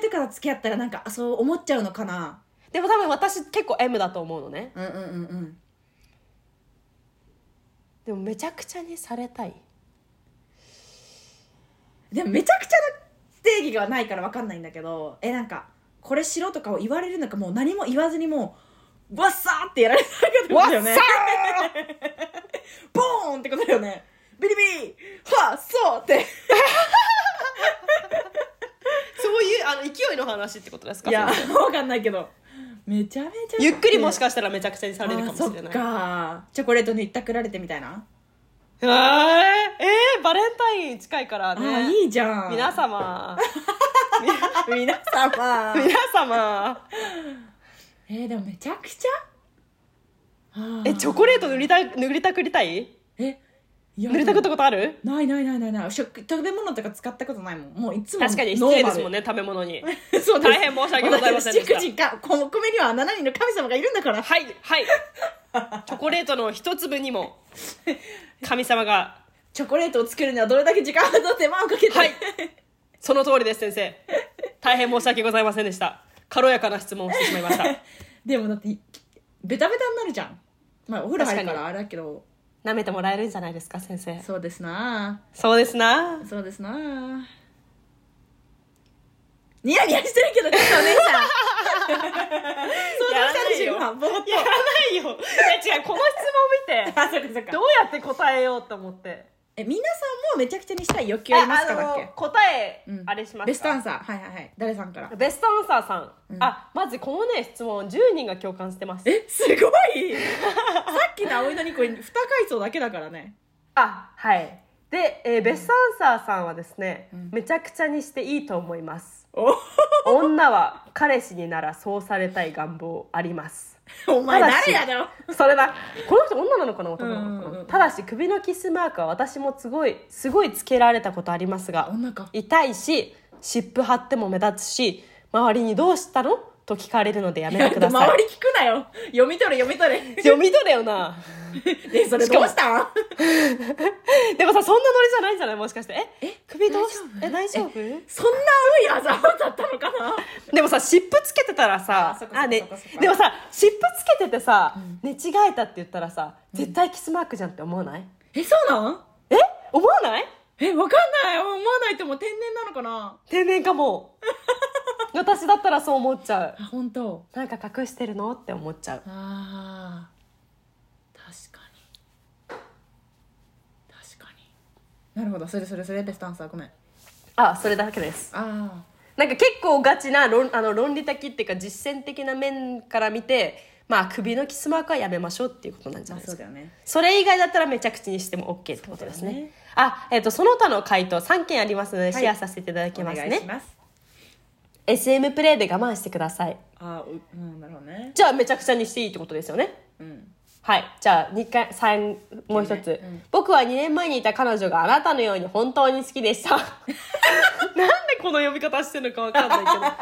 [SPEAKER 2] 系とかと付き合ったらなんかそう思っちゃうのかな
[SPEAKER 1] うでも多分私結構 M だと思うのね
[SPEAKER 2] うんうんうんうん
[SPEAKER 1] でもめちゃくちゃにされたい
[SPEAKER 2] でもめちゃくちゃの定義がないから分かんないんだけどえなんかこれしろとかを言われるのかもう何も言わずにもうわっさーってやられたこと
[SPEAKER 1] わっ
[SPEAKER 2] だ
[SPEAKER 1] さ
[SPEAKER 2] よねボーンってことだよねビリビリはあそうって
[SPEAKER 1] そういうあの勢いの話ってことですか
[SPEAKER 2] いや
[SPEAKER 1] それ
[SPEAKER 2] 分かんないけどめちゃめちゃ
[SPEAKER 1] ゆっくりもし
[SPEAKER 2] し
[SPEAKER 1] かしたらめちゃくちゃにされるかもしれない
[SPEAKER 2] そっかチョコレートにったくられてみたいな、
[SPEAKER 1] えー、えーバレンタイン近いから
[SPEAKER 2] あ
[SPEAKER 1] ね
[SPEAKER 2] あいいじゃん
[SPEAKER 1] 皆様
[SPEAKER 2] 皆様
[SPEAKER 1] 皆 様
[SPEAKER 2] えー、でもめちゃくちゃ
[SPEAKER 1] えチョコレート塗りた塗りたくりたい
[SPEAKER 2] トえいや
[SPEAKER 1] 塗りたくったことある
[SPEAKER 2] ないないないないない食食べ物とか使ったことないもんもういつも
[SPEAKER 1] 確かに失礼ですもん
[SPEAKER 2] ね
[SPEAKER 1] ね食べ物 に
[SPEAKER 2] そうです
[SPEAKER 1] 大変申し訳ございませんでした
[SPEAKER 2] 私たち口かお米には7人の神様がいるんだから
[SPEAKER 1] はい はいチョコレートの一粒にも神様が
[SPEAKER 2] チョコレートを作るにはどれだけ時間と手間をかけて
[SPEAKER 1] はいその通りです先生大変申し訳ございませんでした軽やかな質問をしてしまいました
[SPEAKER 2] でもだってベタベタになるじゃんまあお風呂入るか
[SPEAKER 1] 確から
[SPEAKER 2] あれだけど
[SPEAKER 1] 舐めてもらえるんじゃないですか先生
[SPEAKER 2] そうですな
[SPEAKER 1] そうですな
[SPEAKER 2] あそうですなあニヤニヤしてるけどちょっとお姉さんそう
[SPEAKER 1] やら
[SPEAKER 2] し
[SPEAKER 1] な
[SPEAKER 2] た
[SPEAKER 1] い
[SPEAKER 2] でし
[SPEAKER 1] よ
[SPEAKER 2] ょ今ぼーっと
[SPEAKER 1] やらないよいや違うこの質問を見て
[SPEAKER 2] あそっかそっか
[SPEAKER 1] どうやって答えようと思って
[SPEAKER 2] え皆さんもめちゃくちゃにしたい欲求ありますかだっ
[SPEAKER 1] あの
[SPEAKER 2] け
[SPEAKER 1] 答え、
[SPEAKER 2] うん
[SPEAKER 1] あれしますか
[SPEAKER 2] ベストアンサーはいはいはい誰さんから
[SPEAKER 1] ベストアンサーさん、
[SPEAKER 2] うん
[SPEAKER 1] あまずこのね質問10人が共感してます
[SPEAKER 2] えすごいさっきの葵の2個に2階層だけだからね
[SPEAKER 1] あはいで、えーベストアンサーさんはですね、
[SPEAKER 2] うん
[SPEAKER 1] めちゃくちゃにしていいと思います
[SPEAKER 2] お
[SPEAKER 1] 女は彼氏にならそうされたい願望あります
[SPEAKER 2] お前
[SPEAKER 1] ただし
[SPEAKER 2] 誰やだよ
[SPEAKER 1] それだこの人女なのかな男なのかな、
[SPEAKER 2] うんうんうん
[SPEAKER 1] ただし首のキスマークは私もすごいすごいつけられたことありますが
[SPEAKER 2] 女か
[SPEAKER 1] 痛いし湿布貼っても目立つし周りに「どうしたの?」と聞かれるのでやめてくださ
[SPEAKER 2] 周
[SPEAKER 1] い
[SPEAKER 2] り聞くなよ読み取れ読み取れ
[SPEAKER 1] 読み取れよ な
[SPEAKER 2] でそれどうしたん
[SPEAKER 1] でもさそんなノリじゃないんじゃないもしかしてえ
[SPEAKER 2] え
[SPEAKER 1] 首どうしえ
[SPEAKER 2] 大
[SPEAKER 1] 大
[SPEAKER 2] 丈
[SPEAKER 1] 丈
[SPEAKER 2] 夫
[SPEAKER 1] 夫
[SPEAKER 2] そんな悪いあざだったのかな
[SPEAKER 1] でもさ湿布つけてたらさ
[SPEAKER 2] あそっかそっか
[SPEAKER 1] ね
[SPEAKER 2] そっかそっか
[SPEAKER 1] でもさ湿布つけててさ、
[SPEAKER 2] ん
[SPEAKER 1] 寝違えたって言ったらさ絶対キスマークじゃんって思わない、
[SPEAKER 2] えそうなん
[SPEAKER 1] え思わない
[SPEAKER 2] えわかんない思わないとも天然なのかな
[SPEAKER 1] 天然かも 私だったらそう思っちゃ
[SPEAKER 2] あ本当
[SPEAKER 1] うなんか隠してるのって思っちゃう
[SPEAKER 2] あー確かに確かになるほどそれそれそれベストアンサーごめんあ
[SPEAKER 1] あそれだけです
[SPEAKER 2] あ
[SPEAKER 1] なんか結構ガチな論あの論理的っていうか実践的な面から見てまあ首のキスマークはやめましょうっていうことなんじゃ
[SPEAKER 2] ま
[SPEAKER 1] ない
[SPEAKER 2] あ
[SPEAKER 1] で
[SPEAKER 2] そ
[SPEAKER 1] す
[SPEAKER 2] う
[SPEAKER 1] か
[SPEAKER 2] だよね
[SPEAKER 1] それ以外だったらめちゃくちゃにしても OK ってことですね
[SPEAKER 2] そうだね
[SPEAKER 1] あ、えっとその他の回答3件ありますので
[SPEAKER 2] い
[SPEAKER 1] シェアさせていただきます
[SPEAKER 2] お
[SPEAKER 1] ね、
[SPEAKER 2] 願いします
[SPEAKER 1] SM プレイで我慢してください
[SPEAKER 2] あーううんなるほどね
[SPEAKER 1] じゃあめちゃくちゃにしていいってことですよね
[SPEAKER 2] うん
[SPEAKER 1] はいじゃあ2回三もう一つ、
[SPEAKER 2] うん
[SPEAKER 1] 僕は2年前にいた彼女があなたのように本当に好きで したなんでこの呼び方してるのかわかんないけ ど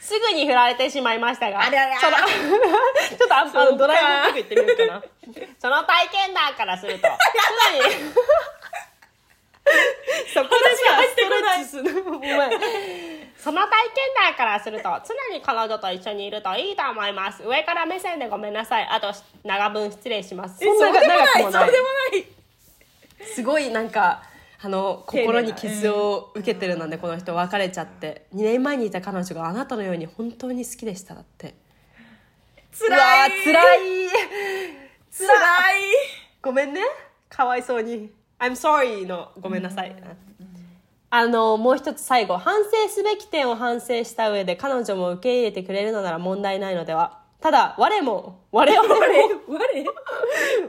[SPEAKER 1] すぐに振られてしまいましたが
[SPEAKER 2] ありゃりゃ
[SPEAKER 1] その ちょっとああ
[SPEAKER 2] そう
[SPEAKER 1] の
[SPEAKER 2] か
[SPEAKER 1] ドラえもんっぽく言ってみようかなその体験談からすると すぐにそこで しかストレッチするお前その体験談からすると常に彼女と一緒にいるといいと思います上から目線でごめんなさいあと長文失礼します
[SPEAKER 2] えそうでもないそうでもない
[SPEAKER 1] すごいなんかあの
[SPEAKER 2] 丁寧な
[SPEAKER 1] 心に傷を受けてるのでこの人別れちゃって2年前にいた彼女があなたのように本当に好きでしただって
[SPEAKER 2] つ
[SPEAKER 1] うわ
[SPEAKER 2] らい
[SPEAKER 1] ー辛い
[SPEAKER 2] つらい
[SPEAKER 1] ごめんねかわいそうに「I'm sorry」の「ごめんなさい」あのもう一つ最後反省すべき点を反省した上で彼女も受け入れてくれるのなら問題ないのではただ我も我々も
[SPEAKER 2] 我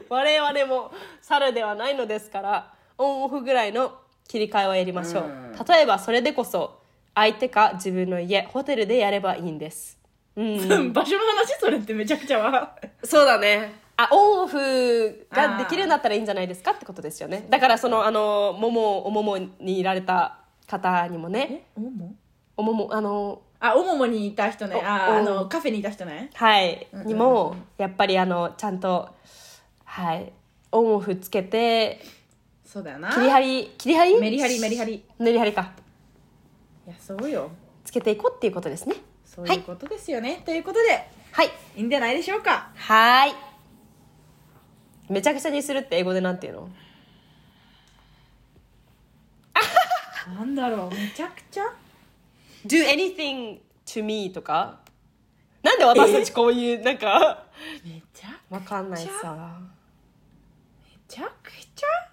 [SPEAKER 1] 我々も猿ではないのですからオンオフぐらいの切り替えはやりましょう、
[SPEAKER 2] うん
[SPEAKER 1] 例えばそれでこそ相手か自分の家ホテルでやればいいんですうん
[SPEAKER 2] 場所の話それってめちゃくちゃわ
[SPEAKER 1] そうだねあオンオフができるんだったらいいんじゃないですかってことですよねだからそのあのももおももにいられた方にもね
[SPEAKER 2] えおも
[SPEAKER 1] おももあの
[SPEAKER 2] あおももにいた人ね
[SPEAKER 1] お
[SPEAKER 2] あーあ
[SPEAKER 1] お
[SPEAKER 2] のカフェにいた人ね
[SPEAKER 1] はい、
[SPEAKER 2] うんうんうん
[SPEAKER 1] にもやっぱりあのちゃんとはいオンオフつけて
[SPEAKER 2] そうだよな
[SPEAKER 1] 切り張り切り張り
[SPEAKER 2] メリハリメリハリい
[SPEAKER 1] メリハリか
[SPEAKER 2] やそうよ
[SPEAKER 1] つけていこうっていうことですね
[SPEAKER 2] そういうことですよね、ということで
[SPEAKER 1] はい
[SPEAKER 2] いいんじゃないでしょうか
[SPEAKER 1] はーいめちゃくちゃにするって英語でなんていうの
[SPEAKER 2] なんだろうめちゃくちゃ
[SPEAKER 1] Do anything to me とかなんで私たちこういうなんか
[SPEAKER 2] めちゃ
[SPEAKER 1] わかんないさ
[SPEAKER 2] めちゃくちゃ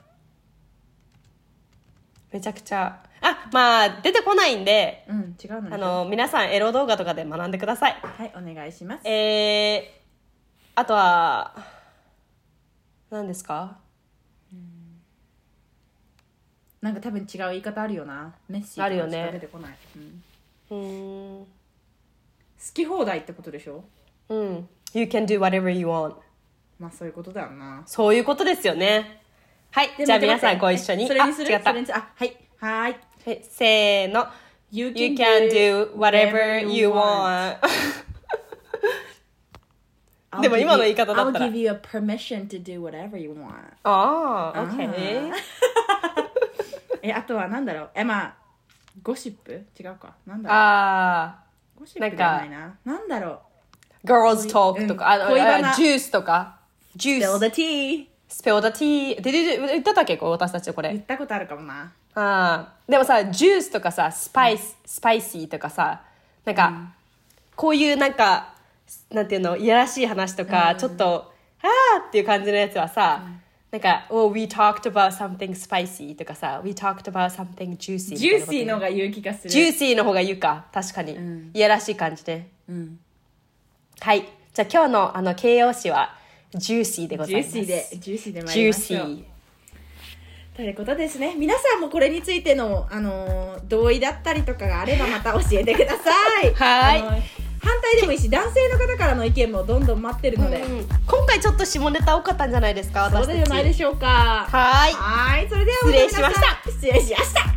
[SPEAKER 1] めちゃくちゃあまあ出てこないんで
[SPEAKER 2] うん違うの
[SPEAKER 1] あの皆さんエロ動画とかで学んでください
[SPEAKER 2] はいお願いします
[SPEAKER 1] えー、あとは何ですか
[SPEAKER 2] なんか多分違う言い方あるよなメッシーとか
[SPEAKER 1] あるよね
[SPEAKER 2] しか出てこない、うん
[SPEAKER 1] うーん
[SPEAKER 2] 好き放題ってことでしょ
[SPEAKER 1] うん You can do whatever you want
[SPEAKER 2] まあそういうことだよな
[SPEAKER 1] そういうことですよねはい
[SPEAKER 2] で
[SPEAKER 1] じゃあ
[SPEAKER 2] 待って
[SPEAKER 1] 皆さんご一緒に
[SPEAKER 2] えそれにする
[SPEAKER 1] あ違っ
[SPEAKER 2] そ
[SPEAKER 1] た
[SPEAKER 2] れにするあはいはーい
[SPEAKER 1] はいせーの
[SPEAKER 2] You
[SPEAKER 1] You can do whatever you want でも今の言い方だったら
[SPEAKER 2] I'll give you a permission to do whatever you want
[SPEAKER 1] ああ
[SPEAKER 2] あー
[SPEAKER 1] OK
[SPEAKER 2] えあとはなんだろうえまあゴシップ違うかなんだろう
[SPEAKER 1] ああ
[SPEAKER 2] ゴシップじゃないななんだろ
[SPEAKER 1] Girls talk とか、あの
[SPEAKER 2] 恋バナ
[SPEAKER 1] あジュースとか、ジュ
[SPEAKER 2] う
[SPEAKER 1] ー
[SPEAKER 2] Spill the
[SPEAKER 1] ス、
[SPEAKER 2] tea
[SPEAKER 1] スペオダティー、ででで言ってたっけこう私たちこれ。
[SPEAKER 2] 言ったことあるかもな
[SPEAKER 1] あーでもさ、ジュースとかさ、スパイス、スパイシーとかさ、なんか、こういうなんか、なんていうの、いやらしい話とか、ちょっと、あーっていう感じのやつはさ、なんか「Oh, we talked about something spicy」とかさ「We talked about something juicy みた
[SPEAKER 2] ジ
[SPEAKER 1] い
[SPEAKER 2] ュ
[SPEAKER 1] なこと言う」
[SPEAKER 2] ーシーのが言う気がする
[SPEAKER 1] ジューシーの方が言うか確かに、
[SPEAKER 2] うん
[SPEAKER 1] いやらしい感じね
[SPEAKER 2] うん、
[SPEAKER 1] はいじゃあ今日のあの形容詞はジューシーでござ
[SPEAKER 2] ジ
[SPEAKER 1] い
[SPEAKER 2] ュ
[SPEAKER 1] ま
[SPEAKER 2] ー
[SPEAKER 1] す
[SPEAKER 2] シーでジューシーで参
[SPEAKER 1] ジ
[SPEAKER 2] り
[SPEAKER 1] ュー
[SPEAKER 2] ま
[SPEAKER 1] シ
[SPEAKER 2] しょう
[SPEAKER 1] ー
[SPEAKER 2] ということですね皆さんもこれについての、あのー同意だったりとかがあればまた教えてくださ い
[SPEAKER 1] はい
[SPEAKER 2] あのー反対でもいいし男性の方からの意見もどんどん待ってるので、
[SPEAKER 1] うんうん今回ちょっと下ネタ多かったんじゃないですか
[SPEAKER 2] そ
[SPEAKER 1] 私
[SPEAKER 2] う
[SPEAKER 1] た
[SPEAKER 2] で
[SPEAKER 1] ち
[SPEAKER 2] じゃないでしょうか
[SPEAKER 1] はーい
[SPEAKER 2] はいそれでは
[SPEAKER 1] 失礼しました
[SPEAKER 2] た失礼しました